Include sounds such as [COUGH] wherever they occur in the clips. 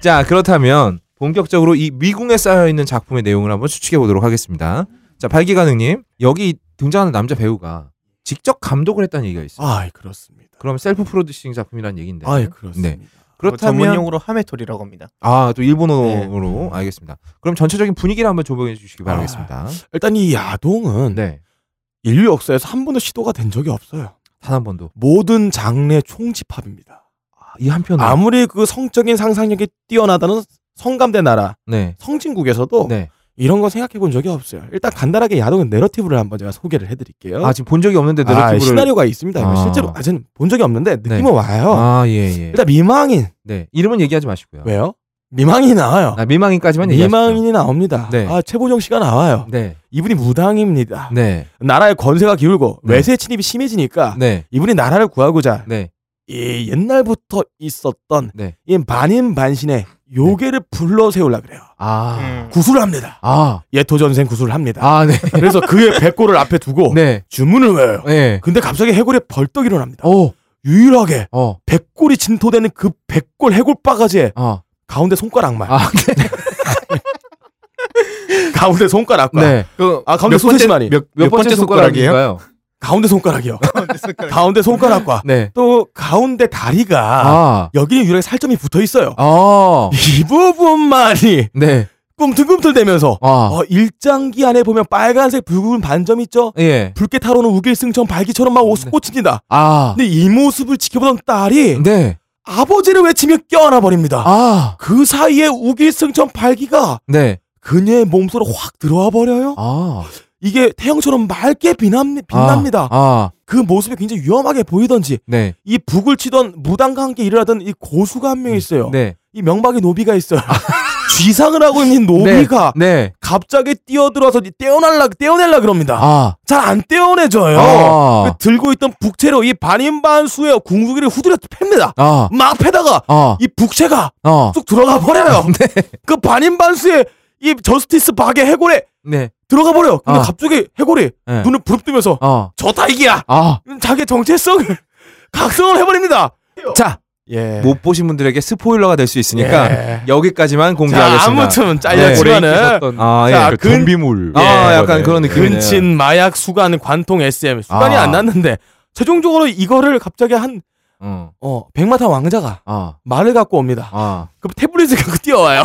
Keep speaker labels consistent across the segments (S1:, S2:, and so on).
S1: 자, 그렇다면 본격적으로 이 미궁에 쌓여 있는 작품의 내용을 한번 추측해 보도록 하겠습니다. 자, 발기가능님 여기 등장하는 남자 배우가 직접 감독을 했다는 얘기가 있어요.
S2: 아, 그렇습니다.
S1: 그렇죠. 그럼 셀프 프로듀싱 작품이라는 얘기인데.
S2: 아, 그렇습니다.
S1: 그렇다면
S3: 전문용어로 하메토리라고 합니다.
S1: 아, 또 일본어로 알겠습니다. 그럼 전체적인 분위기를 한번 조명해 주시기 바라겠습니다.
S2: 일단 이 야동은
S1: 네.
S2: 인류 역사에서 한 번도 시도가 된 적이 없어요.
S1: 단 한 번도. 아,
S2: 모든 장르의 총집합입니다.
S1: 이 한편은
S2: 아무리 그 성적인 상상력이 뛰어나다는 성감대 나라,
S1: 네.
S2: 성진국에서도
S1: 네.
S2: 이런 거 생각해 본 적이 없어요. 일단 간단하게 야동은 내러티브를 한번 제가 소개를 해드릴게요.
S1: 아, 지금 본 적이 없는데
S2: 아,
S1: 내려티브를
S2: 시나리오가 있습니다. 이거
S1: 아. 네.
S2: 실제로 아직 본 적이 없는데 느낌은 와요.
S1: 아, 예, 예.
S2: 일단 미망인
S1: 네. 이름은 얘기하지 마시고요.
S2: 왜요? 미망인이 나와요.
S1: 아, 미망인까지만 얘기하시죠.
S2: 미망인이 나옵니다.
S1: 네.
S2: 아 최보정 씨가 나와요.
S1: 네.
S2: 이분이 무당입니다.
S1: 네.
S2: 나라의 권세가 기울고
S1: 네.
S2: 외세 침입이 심해지니까
S1: 네.
S2: 이분이 나라를 구하고자
S1: 네.
S2: 이 옛날부터 있었던
S1: 네.
S2: 이 반인반신의 요괴를 불러 세우려 그래요.
S1: 아.
S3: 음.
S2: 네. 구술을 합니다.
S1: 아.
S2: 예토 전생 구술을 합니다.
S1: 아, 네.
S2: 그래서 [LAUGHS] 그의 배꼽을 앞에 두고
S1: 네.
S2: 주문을 외워요.
S1: 네.
S2: 근데 갑자기 해골이 벌떡 일어납니다.
S1: 오.
S2: 유일하게
S1: 어.
S2: 백골이 진토되는 그 백골 해골 바가지에
S1: 어.
S2: 가운데 손가락만
S1: 아,
S2: 네. [LAUGHS] 가운데 손가락과
S1: 네.
S2: 아 가운데 소세지만이
S1: 몇, 몇 번째 손가락인가요?
S2: 가운데 손가락이요. 가운데 손가락과
S1: 네.
S2: 또 가운데 다리가
S1: 아.
S2: 여기는 유일하게 살점이 붙어 있어요.
S1: 어.
S2: 이 부분만이
S1: 네.
S2: 꿈틀꿈틀대면서
S1: 아.
S2: 어, 일장기 안에 보면 빨간색 붉은 반점 있죠?
S1: 예.
S2: 붉게 타오르는 우길승천 발기처럼 막
S1: 네.
S2: 옷 꽂힙니다.
S1: 아.
S2: 근데 이 모습을 지켜보던 딸이
S1: 네.
S2: 아버지를 외치며 껴안아 버립니다.
S1: 아.
S2: 그 사이에 우길승천 발기가
S1: 네.
S2: 그녀의 몸속으로 확 들어와 버려요.
S1: 아.
S2: 이게 태양처럼 맑게 빛남, 빛납니다.
S1: 아.
S2: 그 모습이 굉장히 위험하게 보이던지
S1: 네.
S2: 이 북을 치던 무당과 함께 일을 하던 이 고수가 한 명 있어요.
S1: 네.
S2: 이 명박의 노비가 있어요. [LAUGHS] 쥐상을 하고 있는 노비가
S1: 네.
S2: 갑자기 뛰어들어서 이 떼어날라 떼어낼라 그럽니다.
S1: 아.
S2: 잘 안 떼어내져요.
S1: 아.
S2: 그 들고 있던 북채로 이 반인반수의 궁극기를 후드려 팹니다.
S1: 아.
S2: 막 패다가
S1: 아.
S2: 이 북채가
S1: 어.
S2: 쑥 들어가 버려요. 그 반인반수의 이 저스티스 박의 해골에
S1: 네.
S2: 들어가 버려요. 근데
S1: 아.
S2: 갑자기 해골이
S1: 네.
S2: 눈을 부릅뜨면서
S1: 어.
S2: 저 다이기야
S1: 아.
S2: 자기 정체성을 [LAUGHS] 각성을 해버립니다. 자, 예.
S1: 못 보신 분들에게 스포일러가 될 수 있으니까
S2: 예.
S1: 여기까지만 공개하겠습니다. 네,
S2: 자, 아무튼 잘렸지만은
S1: 아,
S2: 자,
S1: 예.
S2: 그 근-
S4: 좀비물.
S1: 아,
S2: 예,
S1: 약간 그런 느낌이네요.
S2: 근친 마약 수간 관통 SM 수간이
S1: 아.
S2: 안 났는데 최종적으로 이거를 갑자기 한
S1: 어.
S2: 어, 백마탄 왕자가
S1: 아.
S2: 말을 갖고 옵니다.
S1: 아.
S2: 그럼 태블릿을 갖고 뛰어와요.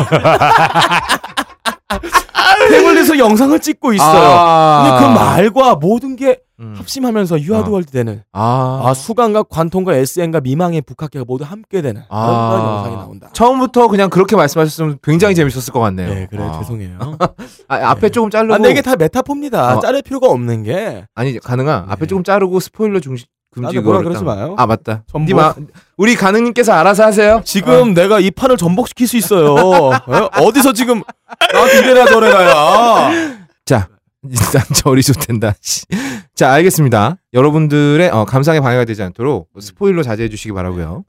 S2: 태블릿으로 영상을 찍고 있어요. 근데 그 말과 모든 게
S1: 아. 음.
S2: 합심하면서 유아드월드 되는
S1: 아.
S2: 아, 수간과 관통과 SM과 미망의 북학계가 모두 함께 되는
S1: 아.
S2: 아름다운 영상이 나온다.
S1: 처음부터 그냥 그렇게 말씀하셨으면 굉장히 재밌었을 것 같네요.
S2: 네, 그래
S1: 아.
S2: 요 죄송해요.
S1: 아, 앞에
S2: 네.
S1: 조금 자르고
S2: 아, 근데 이게 다 메타포입니다.
S1: 어.
S2: 자를 필요가 없는 게
S1: 아니 가능한
S2: 네.
S1: 앞에 조금 자르고 스포일러 중시 금지
S2: 나한테 뭐라
S1: 그거를
S2: 그러지
S1: 딱-
S2: 마요.
S1: 아 맞다.
S2: 전부-
S1: 니 마, 우리 가능님께서 알아서
S2: [LAUGHS]
S1: 하세요.
S2: 지금 내가 이 판을 전복시킬 수 있어요. 어? 어디서 지금 나한테 이래라
S1: 아,
S2: 저래라야. 아,
S1: 일단 저리 좋된다. 자 알겠습니다. 여러분들의 어, 감상에 방해가 되지 않도록 스포일러 자제해 주시기 바라고요.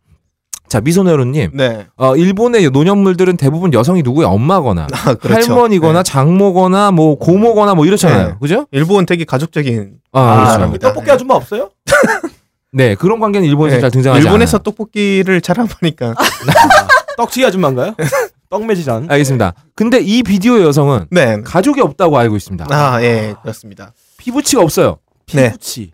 S1: 자 미소네로님,
S3: 네.
S1: 어, 일본의 노년물들은 대부분 여성이 누구의 엄마거나
S3: 아, 그렇죠.
S1: 할머니거나
S3: 네.
S1: 장모거나 뭐 고모거나 뭐 이렇잖아요.
S3: 네.
S1: 그죠?
S3: 일본 되게 가족적인
S1: 아,
S3: 아,
S1: 그렇죠.
S3: 그렇죠.
S2: 떡볶이 아줌마 없어요?
S1: 네 그런 관계는 일본에서
S3: 네.
S1: 잘 등장하지
S3: 일본에서
S1: 않아요.
S3: 떡볶이를 잘 안 보니까
S1: [LAUGHS]
S2: 떡치기 아줌마인가요? 떡매지잔.
S1: 알겠습니다. 근데 이 비디오 여성은
S3: [LAUGHS] 네.
S1: 가족이 없다고 알고 있습니다.
S3: 아, 예, 그렇습니다.
S1: 피부치가 없어요.
S3: 네.
S2: 피부치.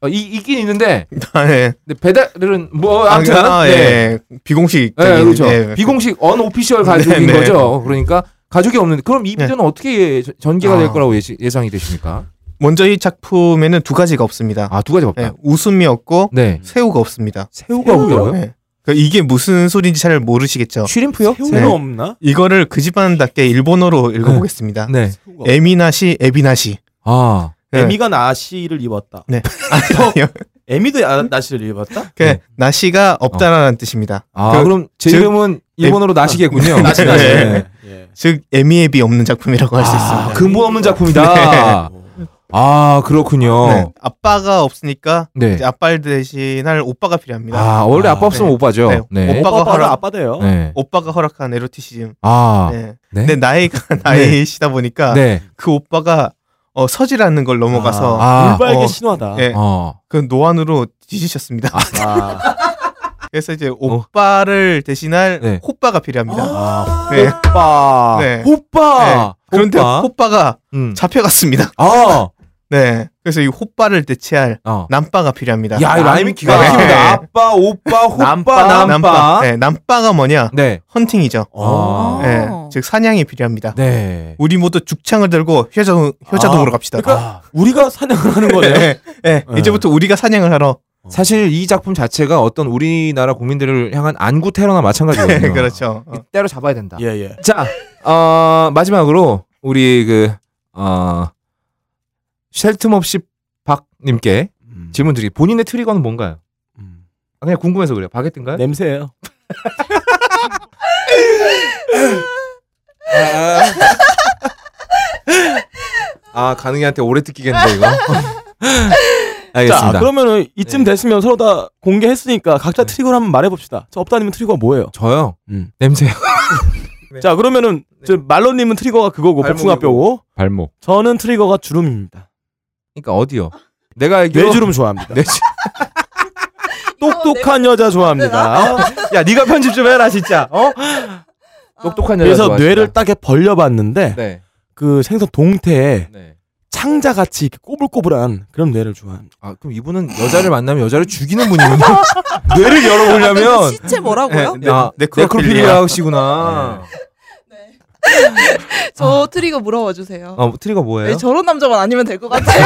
S1: 어, 이, 있긴 있는데
S3: 아, 예.
S1: 근데 배달은 뭐
S3: 아,
S1: 아무튼
S3: 아, 예.
S1: 네.
S3: 비공식.
S1: 네,
S3: 적인,
S1: 그렇죠.
S3: 예.
S1: 비공식 언오피셜 가족인
S3: [LAUGHS] 네, 네.
S1: 거죠. 그러니까 가족이 없는데 그럼 이
S3: 네.
S1: 비디오는 어떻게 예- 전개가 될
S3: 아.
S1: 거라고 예시, 예상이 되십니까?
S3: 먼저 이 작품에는 두 가지가 없습니다.
S1: 아 두 가지 없다.
S3: 예,
S1: 네.
S3: 웃음이 없고 새우가 없습니다.
S1: 새우가 없고요.
S3: 예. 그 이게 무슨 소리인지 잘 모르시겠죠.
S1: 쉬림프요?
S2: 새우는
S3: 네.
S2: 없나?
S3: 이거를 그 집안답게 일본어로 읽어보겠습니다.
S1: 네.
S2: 새우가 없-
S3: 에미나시 에비나시.
S1: 아.
S3: 예.
S2: 에미가 나시를 입었다.
S3: 네.
S2: 에미도 야- 나시를 입었다?
S3: 그
S1: 네.
S3: 나시가 없다라는 뜻입니다.
S1: 아
S3: 그-
S1: 그, 럼제
S3: 즉-
S1: 이름은 일본어로
S3: [LAUGHS]
S1: 나시겠군요.
S2: 나시 나시.
S1: 네.
S3: 네.
S2: 예.
S3: 즉 에미에비 없는 작품이라고 할 수
S1: 아,
S3: 있습니다.
S1: 근본 없는 작품이다. 네.
S2: 예.
S1: 아 그렇군요.
S3: 네.
S1: 네.
S3: 아빠가 없으니까 이제 아빠를 대신할 오빠가 필요합니다.
S1: 아 원래
S2: 아,
S1: 아, 빠 없으면
S3: 네.
S1: 오빠죠.
S3: 네.
S1: 네.
S3: 오빠가
S2: 오빠가 바로
S3: 허락-
S2: 아빠돼요.
S1: 네.
S3: 오빠가 허락한 에로티시즘.
S1: 아.
S3: 네.
S1: 네.
S3: 근데 [LAUGHS] 나이가 나이시다 보니까
S1: 네.
S3: 그 오빠가 어, 서지라는 걸 넘어가서
S1: 아.
S2: 물발개
S3: 어.
S2: 신화다.
S3: 예.
S1: 어.
S3: 그 노안으로 뒤지셨습니다.
S2: 아.
S3: 그래서 이제 오빠를 대신할
S1: 네.
S3: 호빠가 필요합니다.
S2: 아,
S3: 네.
S2: 호빠.
S3: 네.
S2: 호빠.
S3: 네. 그런데
S1: 호빠?
S3: 호빠가
S1: 음.
S3: 잡혀갔습니다.
S1: 아,
S3: 네. 그래서 이 호빠를 대체할
S1: 어.
S3: 남빠가 필요합니다.
S1: 야, 이 라임이 기가 막힙니다.
S3: 네.
S1: 아빠, 오빠, 호빠, 남빠.
S3: 네, 남빠가 뭐냐?
S1: 네.
S3: 헌팅이죠.
S1: 아.
S3: 네, 즉 사냥이 필요합니다.
S1: 네.
S3: 우리 모두 죽창을 들고 효자동, 효자동으로 갑시다.
S1: 그러니까
S2: 우리가 사냥을 하는 거네요.
S3: 네, 네,
S2: 네.
S3: 이제부터 우리가 사냥을 하러.
S1: 사실 이 작품 자체가 어떤 우리나라 국민들을 향한 안구 테러나 [LAUGHS]
S3: 네,
S1: 마찬가지거든요.
S3: 그렇죠. 어.
S1: 때로 잡아야 된다.
S2: 예, 예.
S1: 자, 어, 마지막으로 우리 그 어, 쉘틈 없이 박님께 질문 드리. 본인의 트리거는 뭔가요?
S2: 음.
S1: 아, 그냥 궁금해서 그래요. 바게트인가요?
S2: 냄새예요.
S1: 아, 아, 가능이한테 오래 뜯기겠는데 이거. [LAUGHS] 알겠습니다.
S2: 자, 그러면은 이쯤 됐으면 서로 다 공개했으니까 각자
S1: 네.
S2: 트리거를 한번 말해 봅시다. 저 없다 님은 트리거가 뭐예요?
S1: 저요.
S2: 음.
S1: 냄새.
S3: 네.
S2: 자, 그러면은 저 말로 님은 트리거가 그거고
S1: 발목이고.
S2: 복숭아뼈고
S1: 발목.
S2: 저는 트리거가 주름입니다.
S1: 그러니까 어디요? 내가 알기로
S2: 뇌주름 좋아합니다.
S1: 네 뇌주.
S2: 똑똑한 여자 좋아합니다. [LAUGHS]
S1: 야, 네가 편집 좀 해라 진짜. 어? [LAUGHS] 똑똑한 여자.
S2: 그래서
S1: 좋아하시다.
S2: 뇌를 딱에 벌려 봤는데
S1: 네.
S2: 그 생선 동태에
S1: 네.
S2: 창자 같이 꼬불꼬불한 그런 뇌를 좋아합니다.
S1: 아, 그럼 이분은 여자를 만나면 여자를 죽이는 분이군요. [LAUGHS] 뇌를 열어보려면
S4: 그 시체 뭐라고요?
S3: 네,
S1: 야,
S3: 네크로필리아.
S1: 그, 네크로필리아 씨구나.
S4: 네. [LAUGHS] 저 트리거 물어봐 주세요.
S1: 어, 트리거
S4: 왜
S1: 뭐예요?
S4: 네, 저런 남자만 아니면 될
S1: [LAUGHS]
S4: 것 같아요.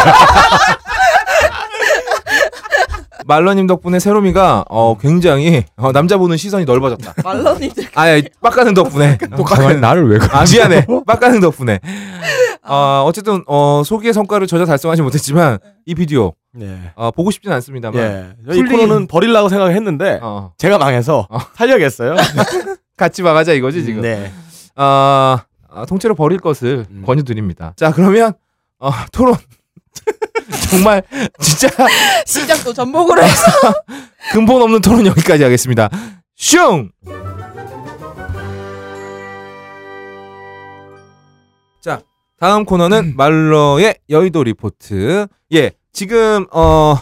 S1: 말러님 덕분에 세롬이가 어, 굉장히 어, 남자 보는 시선이 넓어졌다.
S4: 말러님들.
S1: [LAUGHS] 아, 빡가는 덕분에. 빡가는 나를 왜? 아, [LAUGHS] 미안해. 빡가는 덕분에. 아, 어쨌든 어, 소기의 성과를 전혀 달성하지 못했지만 이 비디오
S2: 네.
S1: 어, 보고 싶진 않습니다만.
S2: 예. 저이
S1: 풀린-
S2: 코너는 버릴라고 생각했는데
S1: 어,
S2: 제가 망해서
S1: 어. [LAUGHS]
S2: 살려겠어요.
S1: 같이 막아자 이거지 지금.
S2: 네.
S1: 아, 아, 통째로 버릴 것을
S2: 음.
S1: 권유드립니다. 자, 그러면 어, 토론 [LAUGHS] 정말 진짜
S4: 시작도 전복으로 해서.
S1: 근본 없는 토론 여기까지 하겠습니다. 슝! 자, 다음 코너는 말러의 여의도 리포트. 예, 지금 어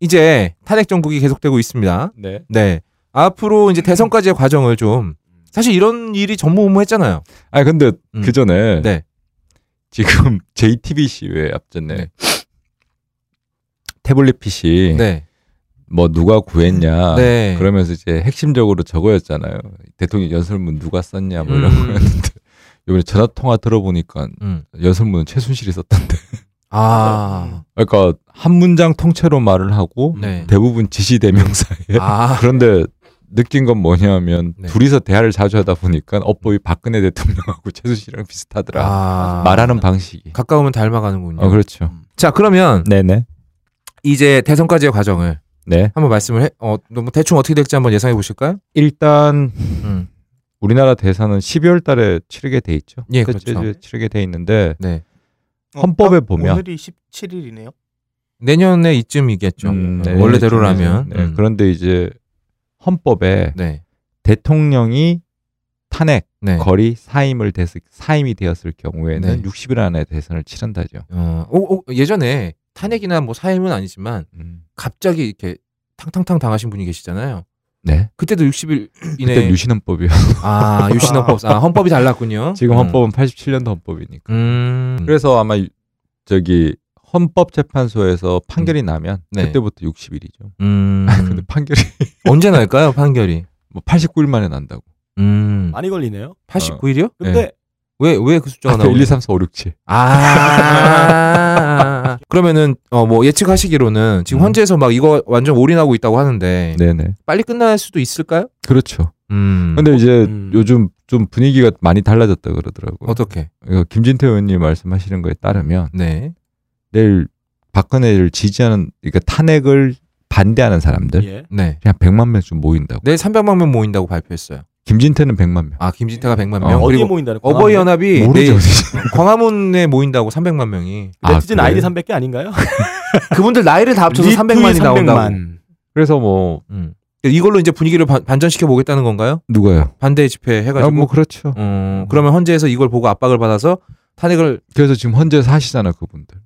S1: 이제 탄핵 정국이 계속되고 있습니다.
S2: 네.
S1: 네. 앞으로 이제 대선까지의 과정을 좀 사실 이런 일이 전무후무했잖아요.
S5: 아니 근데
S1: 음.
S5: 그 전에
S1: 네.
S5: 지금 [LAUGHS] JTBC 왜 앞전에 태블릿 PC
S1: 네.
S5: 뭐 누가 구했냐
S1: 네.
S5: 아, 그러면서 이제 핵심적으로 저거였잖아요 대통령 연설문 누가 썼냐 뭐 이런
S1: 음.
S5: 거였는데 [LAUGHS] 이번에 전화 통화 들어보니까
S1: 음.
S5: 연설문은 최순실이 썼던데
S1: 아.
S5: 그러니까 한 문장 통째로 말을 하고
S1: 네.
S5: 대부분 지시대명사에
S1: 아.
S5: 그런데 느낀 건 뭐냐면
S1: 네.
S5: 둘이서 대화를 자주 하다 보니까 어법이 박근혜 대통령하고 최순실이랑 비슷하더라
S1: 아.
S5: 말하는 방식이
S1: 가까우면 닮아가는군요.
S5: 어 그렇죠
S1: 자, 그러면
S5: 네네.
S1: 이제 대선까지의 과정을
S5: 네.
S1: 한번 말씀을 해. 어, 너무 대충 어떻게 될지 한번 예상해 보실까요?
S5: 일단
S1: 음.
S5: 우리나라 대사는 12월 달에 치르게 돼 있죠.
S1: 예,
S5: 그때
S1: 그렇죠.
S5: 이제 치르게 돼 있는데
S1: 네.
S5: 헌법에 보면-
S3: 어. 오늘이 17일이네요.
S1: 내년에 이쯤이겠죠.
S5: 음, 네,
S1: 원래대로라면.
S5: 네,
S1: 음.
S5: 그런데 이제 헌법에
S1: 네.
S5: 대통령이 탄핵,
S1: 네.
S5: 거리, 사임을 됐을 사임이 되었을 경우에는
S1: 네.
S5: 60일 안에 대선을 치른다죠.
S1: 어, 오, 오, 예전에 탄핵이나 뭐 사임은 아니지만
S5: 음.
S1: 갑자기 이렇게 탕탕탕 당하신 분이 계시잖아요.
S5: 네.
S1: 그때도 60일 이내 [LAUGHS]
S5: 그때 유신헌법이요.
S1: 아 유신 헌법 아 헌법이 달랐군요.
S5: 지금
S1: 음.
S5: 헌법은 87년도 헌법이니까.
S1: 음.
S5: 그래서 아마 유- 저기 헌법재판소에서 판결이 나면
S1: 네.
S5: 그때부터 60일이죠. [LAUGHS]
S1: 음.
S5: 근데 판결이
S1: 언제 날까요 판결이?
S5: 뭐 89일 만에 난다고.
S1: 음.
S5: 아,
S2: 많이 걸리네요.
S1: 89일이요?
S2: 근데
S5: 네.
S1: 왜 왜 그 숫자가 나오죠?
S5: 1, 2, 3, 4, 5, 6, 7.
S1: [LAUGHS] 아. 그러면은 어 뭐 예측하시기로는 지금
S5: 음.
S1: 현재에서 막 이거 완전 올인하고 있다고 하는데
S5: 네네.
S1: 빨리 끝날 수도 있을까요?
S5: 그렇죠.
S1: 음.
S5: 근데 이제
S2: 음.
S5: 요즘 좀 분위기가 많이 달라졌다 그러더라고요.
S1: 어떻게?
S5: 그러니까 김진태 의원님 말씀하시는 거에 따르면
S1: 네.
S5: 내일 박근혜를 지지하는 그러니까 탄핵을 반대하는 사람들
S2: 예.
S1: 네.
S5: 그냥 100만 명쯤 모인다고.
S1: 내일 300만 명 모인다고 발표했어요.
S5: 김진태는 100만 명.
S1: 아 김진태가 100만
S5: 어,
S1: 명
S2: 어디
S1: 그리고
S2: 모인다는 거야?
S1: 어버이 연합이
S5: 모르죠.
S1: 내일 [LAUGHS] 광화문에 모인다고 300만 명이
S2: 근데
S5: 아,
S2: 지진
S5: 그래요?
S2: 아이디 300개 아닌가요?
S1: 그분들 나이를 다 합쳐서 300만이 나온다고.
S5: 그래서 뭐
S1: 음. 이걸로 이제 분위기를 반- 반전시켜 보겠다는 건가요?
S5: [LAUGHS] 누가요?
S1: 반대 집회 해가지고.
S5: 아, 뭐 그렇죠.
S1: 음, 그러면 헌재에서 이걸 보고 압박을 받아서 탄핵을
S5: 그래서 지금 헌재에서 하시잖아 그분들.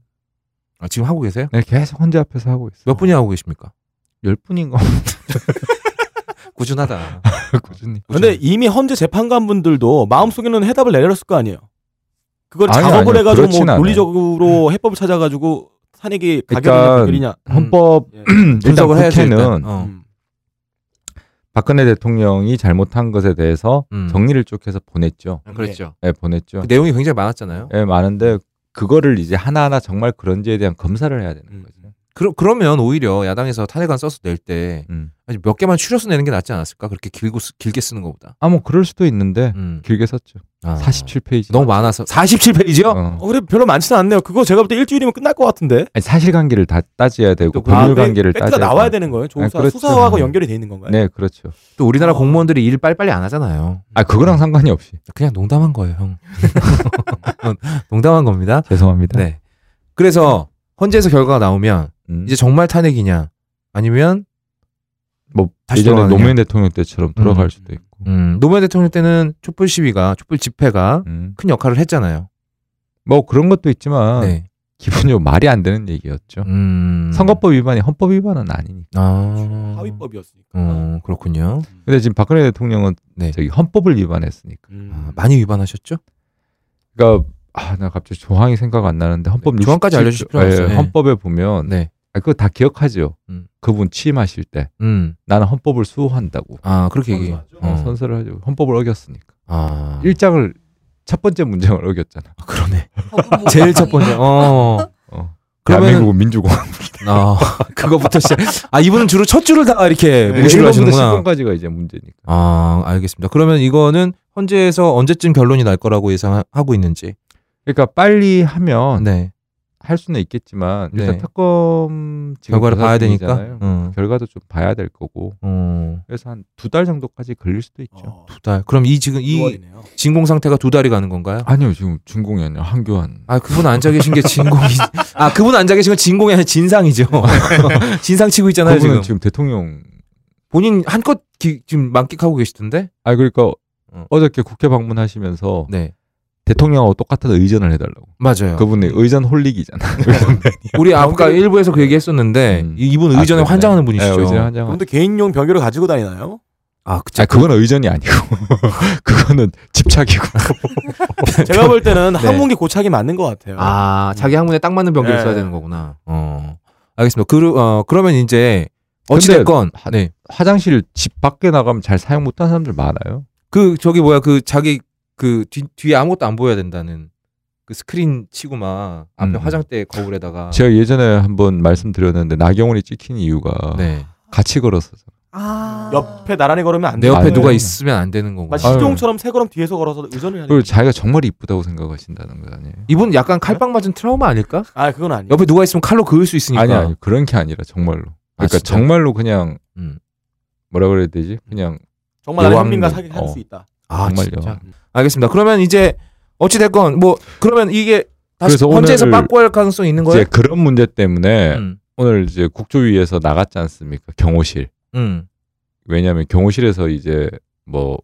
S1: 아, 지금 하고 계세요?
S5: 네, 계속 헌재 앞에서 하고 있어.
S1: 몇 분이 하고 계십니까?
S5: 열 분인가?
S1: 꾸준하다.
S5: 꾸준히.
S2: 근데 이미 현재 재판관분들도 마음속에는 해답을 내렸을 거 아니에요. 그걸
S5: 아니,
S2: 작업을
S5: 아니요.
S2: 해가지고 뭐
S5: 그렇진 않아요.
S2: 논리적으로 해법을 찾아가지고 탄핵이 가결이냐
S5: 그러니까
S2: 불결이냐.
S5: 헌법
S2: 예.
S5: [LAUGHS] [CLEARS THROAT] 일단
S1: 음. 분석을 해야죠. 일단.
S5: 국회는
S1: 어.
S2: 음.
S5: 박근혜 대통령이 잘못한 것에 대해서
S1: 음.
S5: 정리를 쭉 해서 보냈죠.
S2: 네.
S1: 아, 그렇죠.
S5: 예, 보냈죠.
S1: 그 내용이 굉장히 많았잖아요.
S5: 예, 많은데 그거를 이제 하나하나 정말 그런지에 대한 검사를 해야 되는
S2: 음.
S5: 거죠.
S1: 그러, 그러면 오히려 야당에서 탄핵안 써서 낼 때
S5: 음.
S1: 몇 개만 추려서 내는 게 낫지 않았을까? 그렇게 길고 쓰- 길게 쓰는 것보다.
S5: 아, 뭐 그럴 수도 있는데
S1: 음.
S5: 길게 썼죠.
S1: 아.
S5: 47페이지.
S1: 너무 많아서 47페이지요?
S5: 어.
S2: 어, 그래 별로 많지는 않네요. 그거 제가 볼 때 일주일이면 끝날 것 같은데.
S5: 아니, 사실관계를 다 따져야 되고
S1: 또
S5: 법률
S2: 팩-
S5: 관계를
S2: 팩트가
S5: 따져야
S2: 나와야
S5: 되고.
S2: 되는 거예요. 조사
S5: 아, 그렇죠.
S2: 수사하고
S5: 음.
S2: 연결이 돼 있는 건가요?
S5: 네, 그렇죠.
S1: 또 우리나라
S2: 어.
S1: 공무원들이 일을 빨리빨리 안 하잖아요.
S5: 아, 그거랑 상관이 없이.
S1: 그냥 농담한 거예요,
S5: [LAUGHS]
S1: 형. [LAUGHS] 농담한 겁니다.
S5: 죄송합니다.
S1: 네. 그래서 헌재에서 결과가 나오면
S5: 음.
S1: 이제 정말 탄핵이냐 아니면
S5: 뭐
S1: 다시
S5: 예전에
S1: 돌아가느냐.
S5: 노무현 대통령 때처럼 돌아갈
S1: 음.
S5: 수도 있고.
S1: 음, 노무현 대통령 때는 촛불 시위가 촛불 집회가
S5: 음.
S1: 큰 역할을 했잖아요.
S5: 뭐 그런 것도 있지만
S1: 네.
S5: 기본적으로 말이 안 되는 얘기였죠.
S1: 음.
S5: 선거법 위반이 헌법 위반은 아니니까.
S1: 아.
S2: 하위법이었으니까.
S5: 음.
S1: 어, 그렇군요.
S5: 근데 지금 박근혜 대통령은
S1: 네.
S5: 저기 헌법을 위반했으니까.
S2: 음.
S1: 아, 많이 위반하셨죠?
S5: 그러니까 아, 나 갑자기 조항이 생각 안 나는데 헌법
S1: 네, 조항까지
S5: 67
S1: 알려주실 필요는
S5: 예,
S1: 없어요. 네.
S5: 헌법에 보면
S1: 네.
S5: 아, 그거 다 기억하죠.
S1: 음.
S5: 그분 취임하실 때
S1: 음.
S5: 나는 헌법을 수호한다고
S1: 아, 그렇게 얘기. 어.
S5: 어, 선서를 하죠. 헌법을 어겼으니까.
S1: 아.
S5: 일장을 첫 번째 문장을 어겼잖아.
S1: 아, 그러네.
S4: 법은 못
S1: [LAUGHS] [LAUGHS] 제일 첫 번째. 어.
S5: 어.
S1: 그러면은-
S5: 대한민국은 민주공화.
S1: 아, [LAUGHS] 그거부터 시작. 아, 이분은 주로 첫 줄을 다 이렇게
S3: 네.
S1: 무시를
S5: 1번부터
S1: 하시는구나.
S5: 10번까지가 이제 문제니까.
S1: 아, 알겠습니다. 그러면 이거는 헌재에서 언제쯤 결론이 날 거라고 예상하고 있는지.
S5: 그러니까 빨리 하면
S1: 네.
S5: 할 수는 있겠지만 일단
S1: 네.
S5: 특검 지금
S1: 결과를
S5: 조사
S1: 봐야 되니까.
S5: 중이잖아요.
S1: 음.
S5: 결과도 좀 봐야 될 거고
S1: 어,
S5: 그래서 한 두 달 정도까지 걸릴 수도 있죠.
S2: 어,
S1: 두 달. 그럼 이 지금 이
S2: 6월이네요.
S1: 진공 상태가 두 달이 가는 건가요?
S5: 아니요 지금 중공이 아니라 한교안.
S1: 아, 그분 앉아 계신 게 진공이. 아, 그분 앉아 계신 건 진공이 아니라 진상이죠. [LAUGHS] 진상 치고 있잖아요,
S5: 그분은
S1: 지금.
S5: 지금. 대통령.
S1: 본인 한껏 기- 지금 만끽하고 계시던데?
S5: 아 그러니까
S1: 어.
S5: 어저께 국회 방문하시면서
S1: 네. 어.
S5: 대통령하고 똑같은 의전을 해달라고.
S1: 맞아요.
S5: 그분이 의전 홀릭이잖아.
S1: 우리 아까
S2: 경기를-
S1: 일부에서 그 얘기 했었는데,
S5: 음.
S1: 이분 의전에
S5: 아, 그렇네.
S1: 환장하는 분이시죠.
S5: 네, 의전 환장.
S2: 근데 개인용 벽에를 가지고 다니나요?
S1: 아, 그쵸.
S5: 아 그건 의전이 아니고 [LAUGHS] 그거는 집착이고.
S2: 제가 볼 때는
S1: 네.
S2: 항문기 고착이 맞는 것 같아요.
S1: [LAUGHS] 아, 자기 항문에 딱 맞는 병기를
S2: 네.
S1: 써야 되는 거구나. 어. 알겠습니다. 그, 어, 그러면 이제, [LAUGHS] 어찌됐건,
S5: 근데 하-
S1: 네.
S5: 화장실 집 밖에 나가면 잘 사용 못하는 사람들 많아요.
S1: 그, 저기 뭐야, 그, 자기, 그, 뒤, 뒤에 아무것도 안 보여야 된다는, 그 스크린 치고 막, 앞에
S5: 음.
S1: 화장대 거울에다가.
S5: 제가 예전에 한번 말씀드렸는데 나경원이 찍힌 이유가
S1: 네.
S5: 같이 걸었어.
S4: 아.
S2: 옆에 나란히 걸으면 안
S1: 내
S2: 돼요.
S1: 옆에
S5: 아유.
S1: 누가 있으면 안 되는 거구나.
S2: 막 시종처럼 세 걸음 뒤에서 걸어서 의전을 하는.
S5: 그리고 자기가 정말 이쁘다고 생각하신다는 거 아니에요?
S1: 이분 약간 칼빵 맞은 트라우마 아닐까?
S2: 아 그건 아니에요.
S1: 옆에 누가 있으면 칼로 그을 수 있으니까.
S5: 아니 아니 그런 게 아니라 정말로.
S1: 아,
S5: 그러니까
S1: 진짜?
S5: 정말로 그냥
S1: 음.
S5: 뭐라 그래야 되지? 그냥
S2: 정말 나는 현민과
S5: 요한문.
S2: 사귈 할
S5: 어.
S2: 수 있다.
S1: 아,
S5: 정말요.
S1: 진짜. 알겠습니다. 그러면 이제, 어찌됐건, 뭐, 그러면 이게, 다시
S5: 그래서
S1: 헌재에서
S5: 오늘
S1: 빠꾸할 가능성이 있는 거예요?
S5: 이제 네. 그런 문제 때문에
S1: 음.
S5: 오늘 이제 국조위에서 나갔지 않습니까? 경호실.
S1: 음.
S5: 왜냐하면 경호실에서 이제 뭐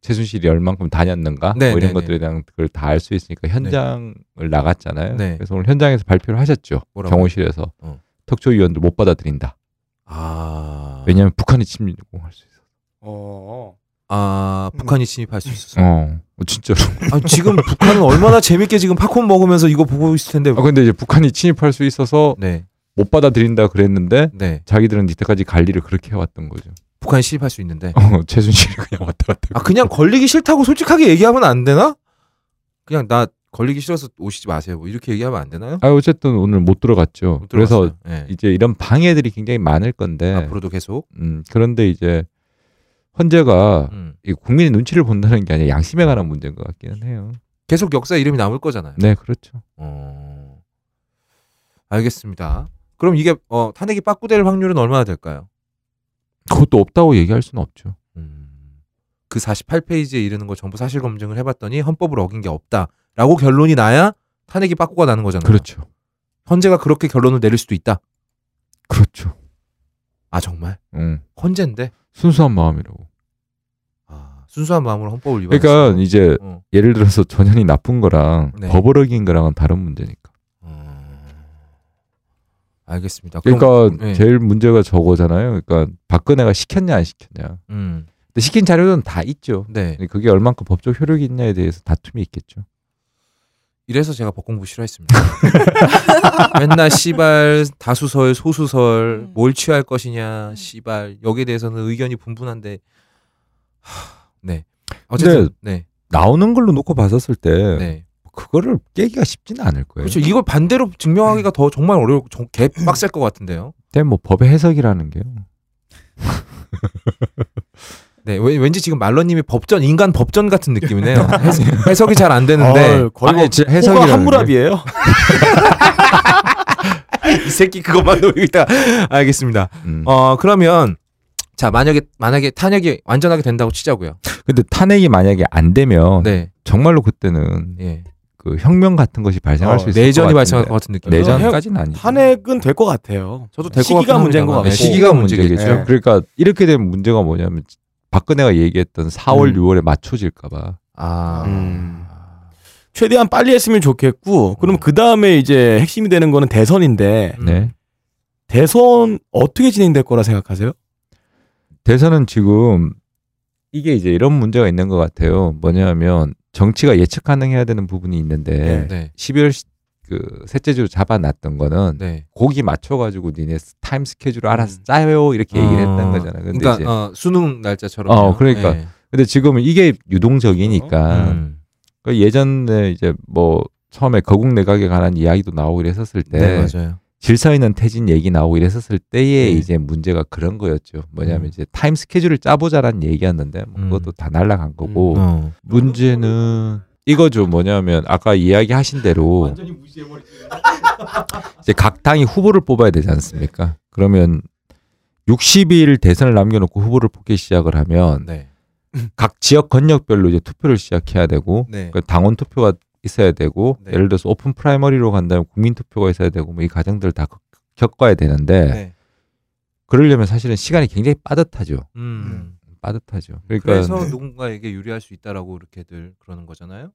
S5: 최순실이 얼만큼 다녔는가
S1: 네,
S5: 뭐
S1: 네, 네.
S5: 이런 것들에 대한 그걸 다 알 수 있으니까 현장을 나갔잖아요.
S1: 네.
S5: 그래서 오늘 현장에서 발표를 하셨죠.
S1: 뭐라고요?
S5: 경호실에서
S1: 어.
S5: 특조위원들 못 받아들인다.
S1: 아.
S5: 왜냐하면 북한이 침공할 수 있어.
S2: 어.
S1: 아 북한이 침입할 수 있었어.
S5: 어, 진짜로. [LAUGHS]
S1: 아, 지금 북한은 얼마나 재밌게 지금 팝콘 먹으면서 이거 보고 있을 텐데.
S5: 아, 근데 이제 북한이 침입할 수 있어서
S1: 네,
S5: 못 받아들인다 그랬는데
S1: 네.
S5: 자기들은 이때까지 관리를 그렇게 해왔던 거죠.
S1: 북한이 침입할 수 있는데.
S5: 어, 최순실이 그냥 왔다 갔다.
S1: 아 그냥 걸리기 싫다고 솔직하게 얘기하면 안 되나? 그냥 나 걸리기 싫어서 오시지 마세요. 뭐 이렇게 얘기하면 안 되나요?
S5: 아 어쨌든 오늘 못 들어갔죠.
S1: 못
S5: 아, 그래서
S1: 들어갔어요. 네.
S5: 이제 이런 방해들이 굉장히 많을 건데
S1: 앞으로도 계속.
S5: 음, 그런데 이제 헌재가
S1: 음.
S5: 이 국민의 눈치를 본다는 게 아니라 양심에 관한 문제인 것 같기는 해요.
S1: 계속 역사 이름이 남을 거잖아요.
S5: 네, 그렇죠.
S1: 어. 알겠습니다. 그럼 이게 어, 탄핵이 빠꾸될 확률은 얼마나 될까요?
S5: 그것도 없다고 얘기할 수는 없죠.
S1: 음, 그 48페이지에 이르는 거 전부 사실 검증을 해봤더니 헌법을 어긴 게 없다라고 결론이 나야 탄핵이 빠꾸가 나는 거잖아요.
S5: 그렇죠.
S1: 헌재가 그렇게 결론을 내릴 수도 있다.
S5: 그렇죠.
S1: 아 정말
S5: 음,
S1: 헌재인데
S5: 순수한 마음이라고.
S1: 아, 순수한 마음으로 헌법을 위반했어.
S5: 그러니까 이제
S1: 어.
S5: 예를 들어서 전현이 나쁜 거랑
S1: 네.
S5: 버버럭인 거랑은 다른 문제니까.
S1: 음. 알겠습니다. 그럼-
S5: 그러니까
S1: 예.
S5: 제일 문제가 저거잖아요. 그러니까 박근혜가 시켰냐 안 시켰냐.
S1: 음.
S5: 근데 시킨 자료는 다 있죠.
S1: 네.
S5: 근데 그게 얼만큼 법적 효력이 있냐에 대해서 다툼이 있겠죠.
S1: 이래서 제가 법공부 싫어했습니다. [LAUGHS] 맨날 씨발 다수설 소수설
S4: 음.
S1: 뭘 취할 것이냐 씨발 여기에 대해서는 의견이 분분한데 하, 네 어쨌든 네,
S5: 나오는 걸로 놓고 봤었을 때
S1: 네.
S5: 그거를 깨기가 쉽지는 않을 거예요.
S1: 그렇죠 이걸 반대로 증명하기가 더 정말 어려울 정- 개 빡셀 것 같은데요.
S5: 근데 뭐 법의 해석이라는 게요.
S1: 네 왠- 왠지 지금 말러님이 법전 인간 법전 같은 [LAUGHS] 느낌이네요.
S5: [LAUGHS]
S1: 해석- 해석이 잘 안 되는데
S2: 아, 거의 뭐
S5: 진짜
S2: 호가
S5: 해석이라는 게.
S2: 한무랍이에요.
S1: 이 새끼 그것만 노리고 있다. 알겠습니다.
S5: 음.
S1: 어 그러면 자 만약에 만약에 탄핵이 완전하게 된다고 치자고요.
S5: 근데 탄핵이 만약에 안 되면
S1: 네
S5: 정말로 그때는
S1: 예.
S5: 그 혁명 같은 것이 발생할
S2: 어,
S5: 수 있을
S1: 내전이
S5: 것 같은데.
S1: 발생할 것 같은 느낌.
S5: 내전까지는 아니죠.
S2: 탄핵은 될 것 같아요.
S1: 저도 될것
S2: 시기가
S1: 같긴
S2: 문제인 것
S1: 합니다만.
S2: 같고.
S1: 네, 시기가 문제겠죠.
S2: 네.
S5: 그러니까 이렇게 되면 문제가 뭐냐면 박근혜가 얘기했던 4월
S2: 음.
S5: 6월에 맞춰질까봐.
S1: 아.
S2: 음. 최대한 빨리 했으면 좋겠고, 그럼
S1: 음.
S2: 그 다음에 이제 핵심이 되는 거는 대선인데,
S1: 음.
S5: 네.
S2: 대선 어떻게 진행될 거라 생각하세요?
S5: 대선은 지금 이게 이제 이런 문제가 있는 것 같아요. 뭐냐면 정치가 예측 가능해야 되는 부분이 있는데
S2: 네.
S1: 네.
S5: 12월 시- 그 셋째 주 잡아놨던 거는
S1: 네.
S5: 거기 맞춰가지고 니네 스- 타임 스케줄을 알아서
S2: 음.
S5: 짜요 이렇게 얘기를
S1: 어,
S5: 했던 거잖아. 근데
S1: 그러니까
S5: 이제
S1: 어, 수능 날짜처럼.
S5: 어, 그러니까. 근데 지금 이게 유동적이니까
S1: 음.
S5: 그 예전에 이제 뭐 처음에 거국 내각에 관한 이야기도 나오고 이랬었을 때
S1: 네. 맞아요.
S5: 질서 있는 태진 얘기 나오고 이랬었을 때에
S1: 네.
S5: 이제 문제가 그런 거였죠. 뭐냐면
S1: 음.
S5: 이제 타임 스케줄을 짜보자라는 얘기였는데 뭐
S1: 음.
S5: 그것도 다 날라간 거고
S1: 어.
S5: 문제는 이거죠. 뭐냐면 아까 이야기하신 대로 [LAUGHS] 이제 각 당이 후보를 뽑아야 되지 않습니까? 그러면 60일 대선을 남겨놓고 후보를 뽑기 시작을 하면
S1: 네.
S5: 각 지역 건역별로 이제 투표를 시작해야 되고
S1: 네.
S5: 그 당원 투표가 있어야 되고
S1: 네.
S5: 예를 들어서 오픈 프라이머리로 간다면 국민 투표가 있어야 되고 뭐 이 과정들을 다 겪- 겪어야 되는데
S1: 네.
S5: 그러려면 사실은 시간이 굉장히 빠듯하죠.
S1: 음.
S5: 빠듯하죠.
S1: 그래서
S5: 그러니까
S1: 누군가에게 유리할 수 있다라고 이렇게들 그러는 거잖아요.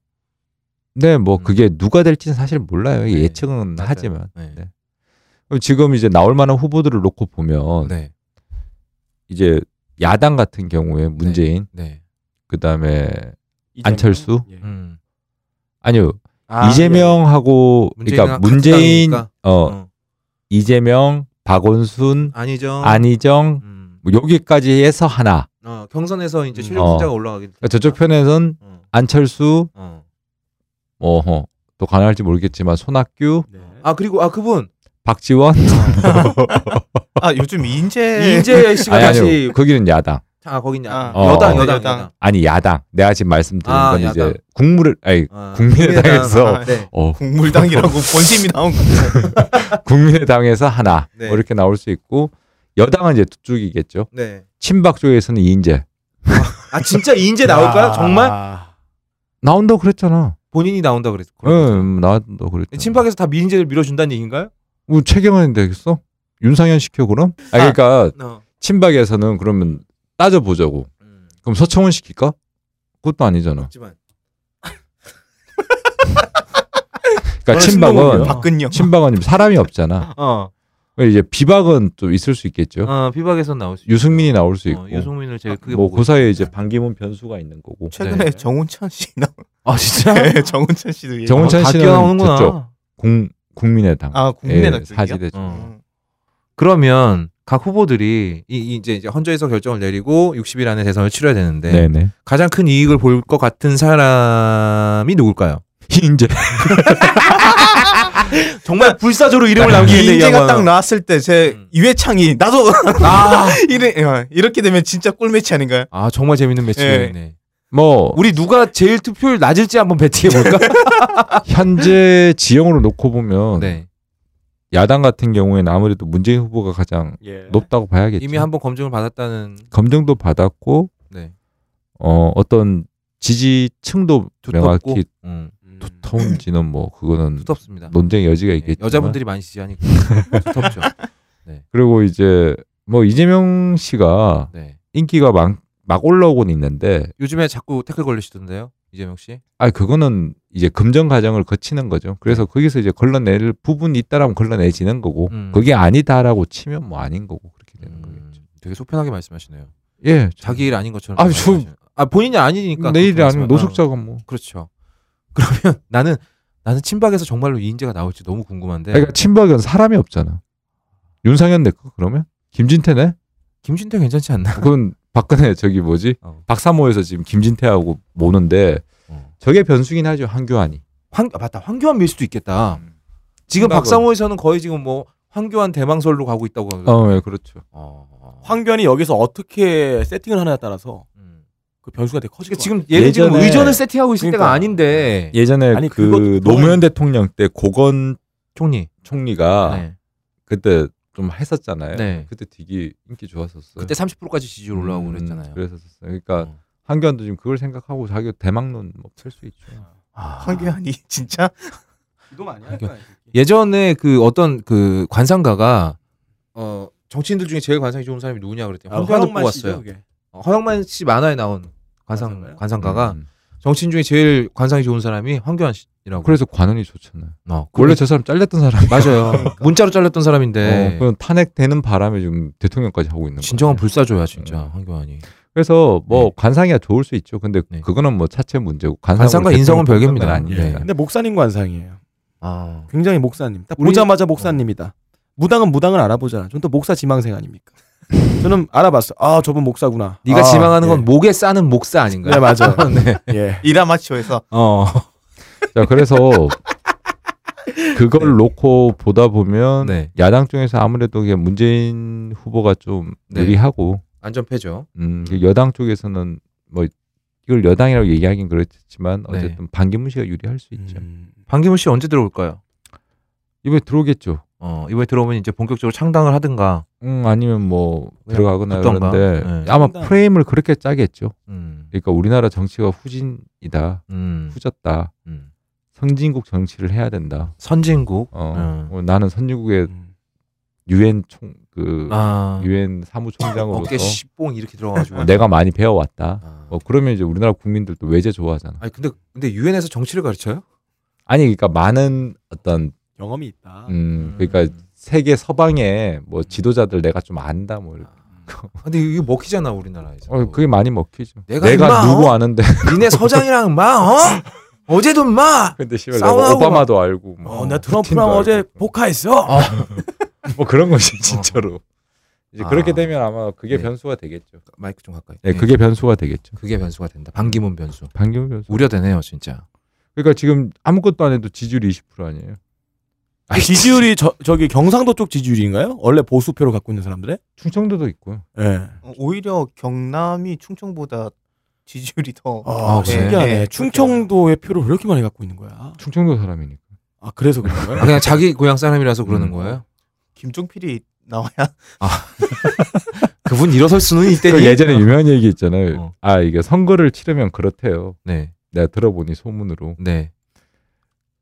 S5: 네 뭐
S1: 음.
S5: 그게 누가 될지는 사실 몰라요.
S1: 네.
S5: 예측은
S1: 맞아요.
S5: 하지만
S1: 네.
S5: 네. 그럼 지금 이제 나올 만한 후보들을 놓고 보면
S1: 네.
S5: 이제 야당 같은 경우에 문재인
S1: 네.
S5: 그다음에 안철수?
S2: 예.
S1: 음.
S5: 아니요
S2: 아,
S5: 이재명하고 그러니까 문재인
S1: 예. 같은
S5: 어
S1: 당이니까. 어.
S5: 이재명 박원순
S1: 아니죠.
S5: 안희정
S1: 음.
S5: 뭐 여기까지 해서 하나
S1: 어, 경선에서 이제
S2: 음.
S1: 실력
S5: 어.
S1: 숫자가 올라가게
S5: 그러니까
S1: 되니까.
S5: 저쪽 편에선
S1: 어.
S5: 안철수
S1: 어.
S5: 어허 또 가능할지 모르겠지만 손학규
S2: 네.
S1: 아 그리고 아 그분 어.
S5: 박지원
S3: 아 요즘 인재
S1: 이제 씨가
S5: 아니
S1: 다시
S5: 아니요 거기는 야당
S1: 아 거기 있냐
S3: 아,
S5: 어.
S1: 여당
S5: 어,
S1: 여당
S3: 여당.
S1: 여당
S5: 아니 야당 내가 지금 말씀드린
S1: 아,
S5: 건
S1: 야당.
S5: 이제 국물을 아니
S1: 아,
S5: 국민의당에서
S1: 국민의당. 아, 네.
S5: 어
S3: 국물당이라고 본심이 나온 거.
S5: 국민의당에서 하나
S1: 네.
S5: 뭐 이렇게 나올 수 있고 여당은 이제 두 쪽이겠죠
S1: 네.
S5: 친박 쪽에서는 이인재
S1: 아 진짜 이제
S5: 아.
S1: 나올까요? 정말
S5: 그러니까 나온다고 그랬잖아
S1: 본인이 나온다 그랬고.
S5: 응 음, 나온다고 그랬잖아
S1: 그러니까. 친박에서 다 민재를 밀어준다는 얘기인가요?
S5: 뭐 최경환이 되겠어 윤상현 시켜 그럼 아
S3: 아.
S5: 그러니까
S1: 어.
S5: 친박에서는 그러면 따져보자고
S1: 음,
S5: 그럼 서청원 시킬까 그것도 아니잖아
S1: 하지만
S5: 그러니까
S2: 저는
S5: 친박은
S2: 신동엽이요.
S3: 박근영.
S5: 친박은 사람이 없잖아.
S1: 어,
S5: 그러니까 이제 비박은 좀 있을 수 있겠죠.
S1: 어 비박에서 나올 수.
S5: 유승민이 나올 수
S1: 있고.
S5: 있고.
S1: 어, 유승민을 제일 크게 보고. 어,
S5: 뭐그 사이에 이제 반기문 변수가 있는 거고.
S3: 최근에
S1: 네.
S3: 정운찬 씨 나온.
S1: 아 진짜?
S3: 네, 정운찬 씨도 얘기.
S5: 정운찬-
S1: 다
S5: 씨는
S1: 뛰어나오는구나.
S5: 저쪽. 공, 국민의당.
S3: 아
S1: 예,
S3: 국민의당 쪽이요?
S5: 예,
S3: 음.
S5: 사지대 쪽.
S1: 어. 그러면 각 후보들이 이, 이 이제 이제 헌재에서 결정을 내리고 60일 안에 대선을 치러야 되는데 [LAUGHS]
S5: 네. 네
S1: 가장 큰 이익을 볼 것 같은 사람이 누굴까요?
S5: 이제
S1: 정말 불사조로 이름을 남기는데 이
S3: 인재가
S1: 양반은.
S3: 딱 나왔을 때 제
S1: 음.
S3: 이회창이 나도 [LAUGHS]
S1: 아,
S3: 이래 어, 이렇게 되면 진짜 꿀매치 아닌가요?
S1: 아 정말 재밌는
S3: 예.
S1: 매치네.
S5: 뭐
S1: 우리 누가 제일 투표율 낮을지 한번 배팅해
S5: [LAUGHS]
S1: 볼까?
S5: 현재 지형으로 놓고 보면
S1: 네.
S5: 야당 같은 경우에는 아무래도 문재인 후보가 가장
S2: 예.
S5: 높다고 봐야겠죠.
S1: 이미 한번 검증을 받았다는
S5: 검증도 받았고
S1: 네.
S5: 어 어떤 지지층도
S1: 두텁고
S5: 명확히
S1: 음,
S5: 두터운지는 뭐 그거는
S1: 두텁습니다.
S5: 논쟁의 여지가
S1: 예,
S5: 있겠지만
S1: 여자분들이 많이
S5: [LAUGHS]
S1: 지지하니까 두텁죠.
S5: 그리고 이제 뭐 이재명 씨가
S1: 네.
S5: 인기가 막, 막 올라오곤 있는데
S1: 요즘에 자꾸 태클 걸리시던데요. 이재명 씨?
S5: 아 그거는 이제 금전 과정을 거치는 거죠. 그래서 거기서 이제 걸러낼 부분이 있다라면 걸러내지는 거고
S1: 네. 음.
S5: 그게 아니다라고 치면 뭐 아닌 거고 그렇게 되는
S1: 음,
S5: 거겠죠.
S1: 되게 속편하게 말씀하시네요.
S5: 예,
S1: 자기 일 아닌 것처럼.
S5: 아,
S1: 말씀하시네요. 아 본인이 아니니까.
S5: 그러니까 내일이
S1: 그렇게
S5: 아니면
S1: 말씀하- 어,
S5: 노숙자가 뭐
S1: 그렇죠. [LAUGHS] 그러면 나는 나는 친박에서 정말로 이인재가 나올지 너무 궁금한데.
S5: 그러니까 친박은 사람이 없잖아. 윤상현 내거 그러면
S1: [LAUGHS]
S5: 김진태네?
S1: 김진태 괜찮지 않나?
S5: 그건 박근혜 저기 뭐지
S1: 어.
S5: 박사모에서 지금 김진태하고 모는데
S1: 어.
S5: 저게 변수긴 하죠 황교안이.
S1: 황 아, 맞다 황교안 밀 수도 있겠다.
S5: 음.
S1: 지금
S5: 친박은.
S1: 박상호에서는 거의 지금 뭐 황교안 대망설로 가고 있다고 하거든요.
S5: 어, 예, 그렇죠.
S1: 어.
S2: 황교안이 여기서 어떻게 세팅을 하나에 따라서
S1: 음.
S2: 그 변수가 되게
S1: 그러니까
S2: 커질 것 같아요.
S1: 지금 얘는 지금
S5: 예전에-
S1: 의전을 세팅하고 있을 때가
S2: 그러니까.
S1: 아닌데
S5: 예전에
S2: 아니,
S5: 그
S2: 그것도
S5: 노무현 대통령 때 고건
S1: 총리.
S5: 총리가
S1: 네.
S5: 그때 좀 했었잖아요.
S1: 네.
S5: 그때 되게 인기 좋았었어요.
S1: 그때 30%까지 지지율 올라오고 그랬잖아요.
S5: 그래서 그러니까
S1: 어.
S5: 한교안도 지금 그걸 생각하고 자기 대망론 뭐펼수 있죠.
S1: 아,
S3: 황교안이 [LAUGHS] 진짜
S2: 이거 많이
S1: 할 거야, 예전에 그 어떤 그 관상가가 어 정치인들 중에 제일 관상이 좋은 사람이 누구냐 그러니까 그랬더니
S2: 아,
S1: 황교안을 뽑았어요. 어, 허영만 씨 만화에 나온 관상
S2: 관상가요?
S1: 관상가가
S5: 음.
S1: 정치인 중에 제일 관상이 좋은 사람이 황교안 씨라고.
S5: 그래서 관원이 좋잖아요.
S1: 어,
S5: 원래 저 사람 잘렸던 사람.
S1: 맞아요. 문자로 잘렸던
S5: 어,
S1: 사람인데
S5: 그건 탄핵되는 바람에 지금 대통령까지 하고 있는
S1: 네. 진정한
S5: 거예요.
S1: 불사조야 진짜
S5: 음.
S1: 황교안이.
S5: 그래서 뭐
S1: 네.
S5: 관상이야 좋을 수 있죠. 근데
S1: 네.
S5: 그거는 뭐 차체 문제고
S1: 관상과 인성은 별개입니다.
S5: 아니에요.
S1: 네.
S2: 근데 목사님 관상이에요.
S1: 아
S2: 굉장히 목사님. 딱
S1: 우리- 어.
S2: 보자마자 목사님이다. 무당은 무당을 알아보잖아. 저는 또 목사 지망생 아닙니까? [LAUGHS] 저는 알아봤어. 아 저분 목사구나.
S1: 네가
S2: 아,
S1: 지망하는
S2: 예.
S1: 건 목에 싸는 목사
S2: 네
S1: 아닌가요?
S2: 맞아요.
S1: [LAUGHS] 네.
S2: 예.
S3: 이라마치오에서
S1: 어.
S5: 자
S1: [LAUGHS]
S5: 그래서 그걸 놓고 보다 보면
S1: 네.
S5: 야당 중에서 아무래도 이게 문재인 후보가 좀
S1: 네.
S5: 유리하고
S1: 안전패죠.
S5: 음, 이게 여당 쪽에서는 뭐 이걸 여당이라고 얘기하긴 그렇지만
S1: 네.
S5: 어쨌든 반기문 씨가 유리할 수 있죠.
S2: 음.
S1: 방기문 씨 언제 들어올까요?
S5: 이번에 들어오겠죠.
S1: 어 이번에 들어오면 이제 본격적으로 창당을 하든가.
S5: 음, 아니면 뭐
S1: 그냥
S5: 들어가거나
S1: 붙던가.
S5: 그런데
S1: 네.
S5: 아마
S2: 상당히.
S5: 프레임을 그렇게 짜겠죠.
S1: 음.
S5: 그러니까 우리나라 정치가 후진이다,
S1: 음.
S5: 후졌다,
S1: 음.
S5: 선진국 정치를 해야 된다.
S1: 선진국.
S5: 어,
S1: 음.
S5: 어, 나는 선진국의
S2: 음.
S5: 유엔 총그
S1: 아.
S5: 유엔 사무총장으로서
S1: 어깨 씨뽕 이렇게 들어가지고.
S5: 어, 내가 많이 배워왔다.
S1: 아.
S5: 어, 그러면 이제 우리나라 국민들도 외제 좋아하잖아.
S1: 아니 근데 근데 유엔에서 정치를 가르쳐요?
S5: 아니 그러니까 많은 어떤
S2: 경험이 있다.
S1: 아.
S5: 음, 그러니까 세계 서방의 뭐 지도자들 내가 좀 안다 뭐 이렇게.
S1: 근데 이거 먹히잖아 우리나라에서.
S5: 어, 그게 많이 먹히죠.
S1: 내가
S5: 내가,
S1: 임마,
S5: 누구
S1: 어?
S5: 아는데 [LAUGHS]
S1: 니네 서장이랑 마 어? 어제도 마.
S5: 근데 씨발 내가
S1: 싸우라고
S5: 오바마도 알고 뭐,
S2: 어, 나
S5: 푸틴도
S2: 트럼프랑
S5: 알고
S2: 어제 복화했어.
S5: 뭐 그런 거지 [LAUGHS] 진짜로. [LAUGHS] 이제
S1: 아.
S5: 그렇게 되면 아마 그게
S1: 네.
S5: 변수가 되겠죠.
S1: 마이크 좀 가까이.
S5: 네, 그게 변수가 되겠죠.
S1: 그게 변수가 된다. 반기문 변수.
S5: 반경 변수.
S1: 우려되네요 진짜.
S5: 그러니까 지금 아무것도 안 해도 지지율 20% 아니에요.
S2: 지지율이 저, 저기 경상도 쪽 지지율인가요? 원래 보수표를 갖고 있는 사람들의?
S5: 충청도도 있고요.
S2: 예.
S3: 어, 오히려 경남이 충청보다 지지율이 더
S2: 아,
S1: 아, 그래?
S2: 신기하네.
S3: 예, 예.
S2: 충청도의 표를 왜 이렇게 많이 갖고 있는 거야?
S5: 충청도 사람이니까.
S2: 아, 그래서 그런
S1: 아,
S2: 거야?
S1: [LAUGHS] 그냥 자기 고향 사람이라서 그러는
S5: 음.
S1: 거예요?
S3: 김종필이 나와야
S1: 그분 일어설 수는
S5: 그
S1: 있대니.
S5: 예전에 유명한 얘기 있잖아요.
S1: 어.
S5: 아 이게 선거를 치르면 그렇대요.
S1: 네.
S5: 내가 들어보니 소문으로
S1: 네.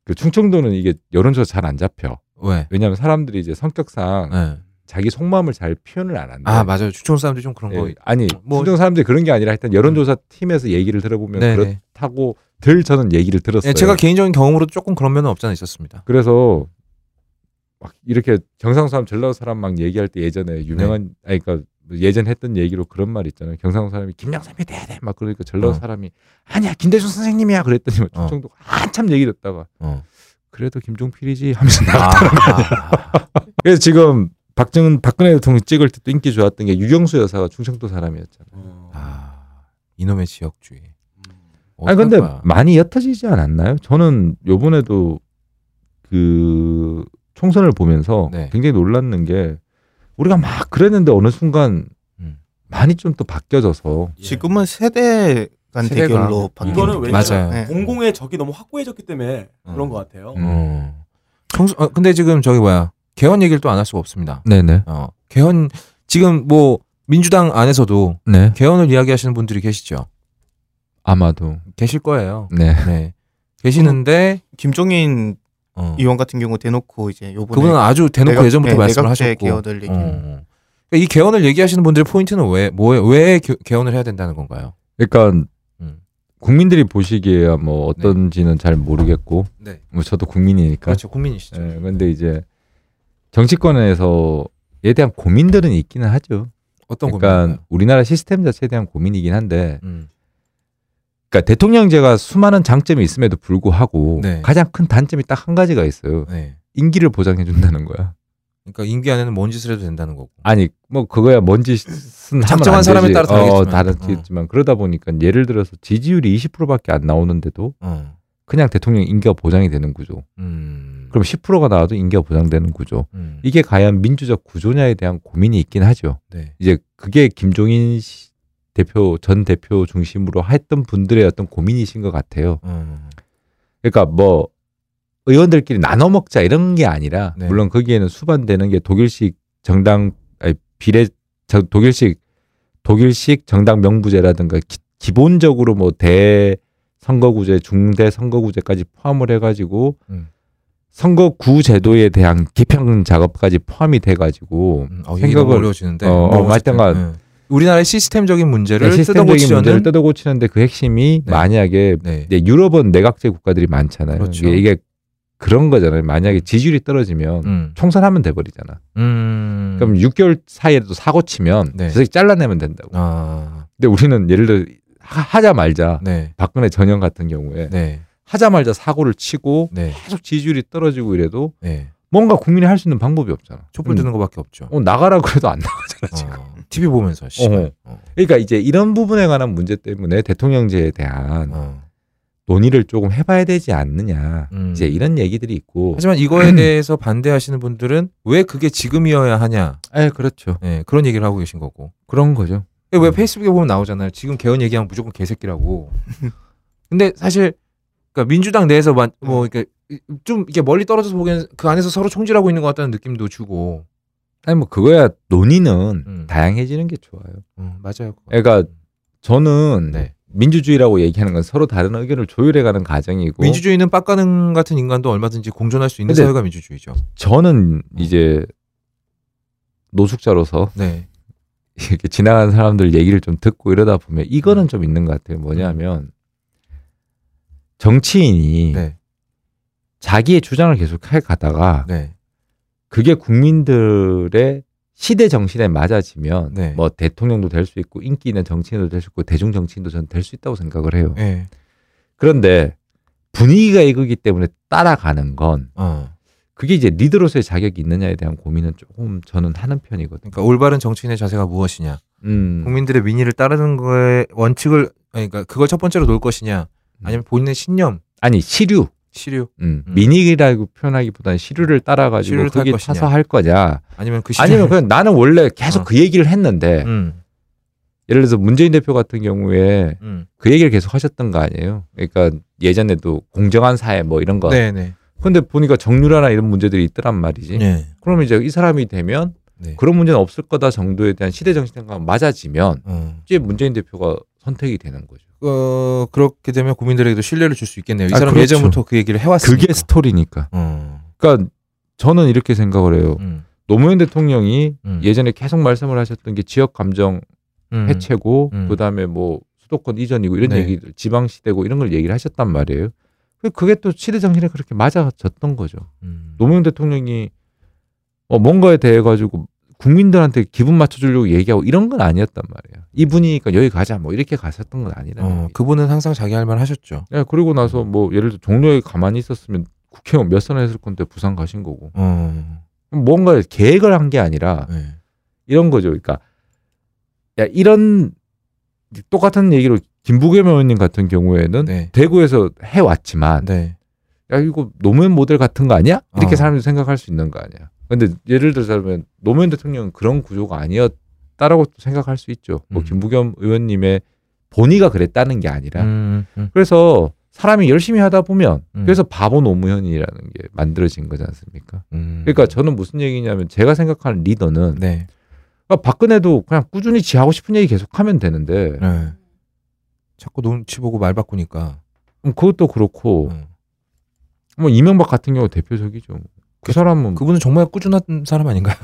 S5: 그 충청도는 이게 여론조사 잘 안 잡혀.
S1: 왜?
S5: 왜냐하면 사람들이 이제 성격상
S1: 네.
S5: 자기 속마음을 잘 표현을 안 한다. 예,
S1: 아 맞아요. 추천 사람들이 좀 그런 거.
S5: 아니
S1: 뭐- 음.
S5: 충청 사람들이 그런 게 아니라 일단 여론조사 팀에서 얘기를 들어보면
S1: 네, 네.
S5: 그렇다고 들 저는 얘기를 들었어요.
S1: 네, 제가 개인적인 경험으로 조금 그런 면은 없잖아 있었습니다.
S5: 그래서 막 이렇게 경상도 사람 전라도 사람 막 얘기할 때
S1: 네.
S5: 예전에 유명한 아니 그러니까 예전 했던 얘기로 그런 말 있잖아요. 경상도 사람이 김영삼이 돼야 돼. 막 그러니까 전라도
S1: 어.
S5: 사람이 아니야 김대중 선생님이야 그랬더니 뭐
S1: 어.
S5: 충청도 한참 얘기 듣다가
S1: 어.
S5: 그래도 김종필이지 하면서 [LAUGHS] [LAUGHS] 나가.
S1: 아, 아, 아.
S5: 그래서 지금 박정은 박근혜 대통령 찍을 때도 인기 좋았던 게 유경수 여사가 충청도 사람이었잖아요.
S2: 어.
S1: 아, 이놈의 지역주의.
S5: 음. 아니 근데
S1: 어떨까?
S5: 많이 옅어지지 않았나요? 저는 요번에도 그 총선을 보면서
S1: 네.
S5: 굉장히 놀랐는 게 우리가 막 그랬는데 어느 순간
S1: 음.
S5: 많이 좀 또 바뀌어져서
S2: 예.
S3: 지금은 세대 간
S1: 세대가.
S3: 대결로 바뀌는
S2: 이거는
S3: 느낌.
S2: 왜냐면
S1: 맞아요.
S3: 네.
S2: 공공의 적이 너무 확고해졌기 때문에
S1: 음.
S2: 그런 것 같아요.
S5: 음.
S1: 어. 청소, 어, 근데 지금 저기 뭐야 개헌 얘기를 또 안 할 수가 없습니다.
S5: 네네
S1: 어, 개헌 지금 뭐 민주당 안에서도
S5: 네
S1: 개헌을 이야기하시는 분들이 계시죠.
S5: 아마도
S1: 계실 거예요.
S5: 네 [LAUGHS]
S1: 네, 계시는데
S3: 김종인
S1: 어,
S3: 의원 같은 경우 대놓고 이제 요번에
S1: 그분은 아주 대놓고
S3: 내각-
S1: 예전부터
S3: 네,
S1: 말씀을
S3: 내각제
S1: 하셨고.
S3: 개헌을 얘기.
S1: 어, 어. 그러니까 이 개헌을 얘기하시는 분들의 포인트는 왜, 뭐에, 왜 개- 개헌을 해야 된다는 건가요?
S5: 그러니까
S1: 음.
S5: 국민들이 보시기에야 뭐 어떤지는 잘 모르겠고
S1: 네.
S5: 뭐 저도 국민이니까.
S1: 그렇죠. 국민이시죠.
S5: 예, 근데 이제 정치권에서에 대한 고민들은 있기는 하죠.
S1: 어떤
S5: 그러니까
S1: 고민인가요?
S5: 우리나라 시스템 자체에 대한 고민이긴 한데,
S1: 음.
S5: 그러니까 대통령제가 수많은 장점이 있음에도 불구하고
S1: 네.
S5: 가장 큰 단점이 딱 한 가지가 있어요.
S1: 네.
S5: 임기를 보장해 준다는 거야.
S1: 그러니까 임기 안에는 뭔 짓을 해도 된다는 거고.
S5: 아니 뭐 그거야 뭔지 쓴
S1: 작정한 사람에 따라
S5: 어,
S1: 다르겠지만.
S5: 다르겠지만 그러다 보니까 예를 들어서 지지율이 20%밖에 안 나오는데도
S1: 어.
S5: 그냥 대통령 임기가 보장이 되는 구조.
S1: 음.
S5: 그럼 10%가 나와도 임기가 보장되는 구조.
S1: 음.
S5: 이게 과연 민주적 구조냐에 대한 고민이 있긴 하죠.
S1: 네.
S5: 이제 그게 김종인 씨- 대표 전 대표 중심으로 했던 분들의 어떤 고민이신 것 같아요.
S1: 음.
S5: 그러니까 뭐 의원들끼리 나눠 먹자 이런 게 아니라
S1: 네.
S5: 물론 거기에는 수반되는 게 독일식 정당 아니, 비례 저- 독일식 독일식 정당 명부제라든가 기, 본적으로 뭐 대 선거구제 중대 선거구제까지 포함을 해가지고
S1: 음.
S5: 선거구 제도에 대한 개편 작업까지 포함이 돼가지고
S1: 음. 어,
S5: 생각을-
S1: 생각을 어려워지는데. 네.
S5: 어, 어, 하여튼간
S1: 우리나라의 시스템적인 문제를
S5: 시스템적인
S1: 뜯어고치려는
S5: 문제를 뜯어고치는데 그 핵심이
S1: 네.
S5: 만약에
S1: 네.
S5: 이제 유럽은 내각제 국가들이 많잖아요.
S1: 그렇죠.
S5: 이게, 이게 그런 거잖아요. 만약에 지지율이 떨어지면
S1: 음.
S5: 총선하면 돼버리잖아.
S1: 음.
S5: 그럼 6개월 사이에도 사고 치면
S1: 네.
S5: 저 새끼 잘라내면 된다고.
S1: 아.
S5: 근데 우리는 예를 들어 하- 하자 말자
S1: 네.
S5: 박근혜 전형 같은 경우에
S1: 네.
S5: 하자 말자 사고를 치고
S1: 네.
S5: 계속 지지율이 떨어지고 이래도
S1: 네.
S5: 뭔가 국민이 할 수 있는 방법이 없잖아.
S1: 촛불 드는 것밖에 없죠.
S5: 어, 나가라 그래도 안 나.
S1: 어, TV 보면서 씨.
S5: 그렇죠. 어허.
S1: 어.
S5: 그러니까 이제 이런 부분에 관한 문제 때문에 대통령제에 대한
S1: 어.
S5: 논의를 조금 해봐야 되지 않느냐.
S1: 음.
S5: 이제 이런 얘기들이 있고.
S1: 하지만 이거에 대해서 반대하시는 분들은 왜 그게 지금이어야 하냐
S5: 예, 그렇죠.
S1: 예, 그런 얘기를 하고 계신 거고
S5: 그런 거죠.
S1: 왜 페이스북에 보면 나오잖아요 지금 개헌 얘기하면 무조건 개새끼라고 근데 사실 그러니까 민주당 내에서 만- 뭐 이렇게 좀 이렇게 멀리 떨어져서 보기에는 그 안에서 서로 총질하고 있는 것 같다는 느낌도 주고
S5: 아니 뭐 그거야 논의는
S1: 음.
S5: 다양해지는 게 좋아요.
S1: 음, 맞아요 그거.
S5: 그러니까 저는
S1: 네.
S5: 민주주의라고 얘기하는 건 서로 다른 의견을 조율해가는 과정이고
S1: 민주주의는 빡가능 같은 인간도 얼마든지 공존할 수 있는
S5: 뭐? 근데-
S1: 사회가 민주주의죠
S5: 저는 이제 노숙자로서 [LAUGHS]
S1: 네
S5: 이렇게 지나가는 사람들 얘기를 좀 듣고 이러다 보면 이거는
S1: 음.
S5: 좀 있는 것 같아요. 뭐냐면 정치인이
S1: 네.
S5: 자기의 주장을 계속 해 가다가
S1: 네.
S5: 그게 국민들의 시대 정신에 맞아지면
S1: 네.
S5: 뭐 대통령도 될 수 있고 인기 있는 정치인도 될 수 있고 대중 정치인도 전 될 수 있다고 생각을 해요.
S1: 네.
S5: 그런데 분위기가 이거기 때문에 따라가는 건
S1: 어.
S5: 그게 이제 리더로서의 자격이 있느냐에 대한 고민은 조금 저는 하는 편이거든요.
S1: 그러니까 올바른 정치인의 자세가 무엇이냐
S5: 음.
S1: 국민들의 민의를 따르는 거에 원칙을 아니, 그러니까 그걸 첫 번째로 놓을 것이냐
S5: 음.
S1: 아니면 본인의 신념
S5: 아니 시류,
S1: 시류
S5: 음.
S1: 음.
S5: 민익이라고 표현하기보다는 시류를 따라가지고
S1: 시류를 탈
S5: 그게
S1: 것이냐.
S5: 타서 할 거냐,
S1: 아니면 그 시절
S5: 아니면 그냥 나는 원래
S1: 어.
S5: 계속 그 얘기를 했는데
S1: 음,
S5: 예를 들어서 문재인 대표 같은 경우에
S1: 음.
S5: 그 얘기를 계속 하셨던 거 아니에요? 그러니까 예전에도 공정한 사회 뭐 이런 거.
S1: 네네
S5: 근데 보니까 정유라나 이런 문제들이 있더란 말이지.
S1: 네.
S5: 그럼 이제 이 사람이 되면
S1: 네.
S5: 그런 문제는 없을 거다 정도에 대한 시대 정신과 맞아지면
S1: 어.
S5: 이제 문재인 대표가 선택이 되는 거죠.
S1: 어, 그렇게 되면 국민들에게도 신뢰를 줄 수 있겠네요 이
S5: 아,
S1: 사람
S5: 그렇죠.
S1: 예전부터 그 얘기를 해왔으니까
S5: 그게 스토리니까.
S1: 어.
S5: 그러니까 저는 이렇게 생각을 해요.
S1: 음,
S5: 노무현 대통령이
S1: 음.
S5: 뭐. 예전에 계속 말씀을 하셨던 게 지역 감정
S1: 음.
S5: 해체고
S1: 음.
S5: 그다음에 뭐 수도권 이전이고 이런
S1: 네.
S5: 얘기들 지방 시대고 이런 걸 얘기를 하셨단 말이에요. 그- 그게 또 시대 정신에 그렇게 맞아졌던 거죠.
S1: 음.
S5: 노무현 대통령이 어, 뭔가에 대해 가지고 국민들한테 기분 맞춰주려고 얘기하고 이런 건 아니었단 말이에요. 이분이니까 여기 가자 뭐 이렇게 갔었던 건 아니라는
S1: 어,
S5: 얘기죠.
S1: 그분은 항상 자기 할 말 하셨죠
S5: 예, 그리고 나서 뭐 예를 들어 종로에 가만히 있었으면 국회의원 몇 선 했을 건데 부산 가신 거고
S1: 어.
S5: 뭔가 계획을 한 게 아니라
S1: 네.
S5: 이런 거죠. 그러니까 야 이런 똑같은 얘기로 김부겸 의원님 같은 경우에는
S1: 네.
S5: 대구에서 해 왔지만
S1: 네.
S5: 야 이거 노무현 모델 같은 거 아니야? 이렇게
S1: 어.
S5: 사람들이 생각할 수 있는 거 아니야? 근데 예를 들자면 노무현 대통령은 그런 구조가 아니었다라고 생각할 수 있죠. 뭐
S1: 음.
S5: 김부겸 의원님의 본의가 그랬다는 게 아니라
S1: 음, 음.
S5: 그래서 사람이 열심히 하다 보면
S1: 음.
S5: 그래서 바보 노무현이라는 게 만들어진 거지 않습니까?
S1: 음.
S5: 그러니까 저는 무슨 얘기냐면 제가 생각하는 리더는
S1: 네.
S5: 그러니까 박근혜도 그냥 꾸준히 지 하고 싶은 얘기 계속 하면 되는데
S1: 네. 자꾸 눈치 보고 말 바꾸니까
S5: 음, 그것도 그렇고
S1: 음.
S5: 뭐 이명박 같은 경우 대표적이죠. 그 사람은
S1: 그분은 정말 꾸준한 사람 아닌가요?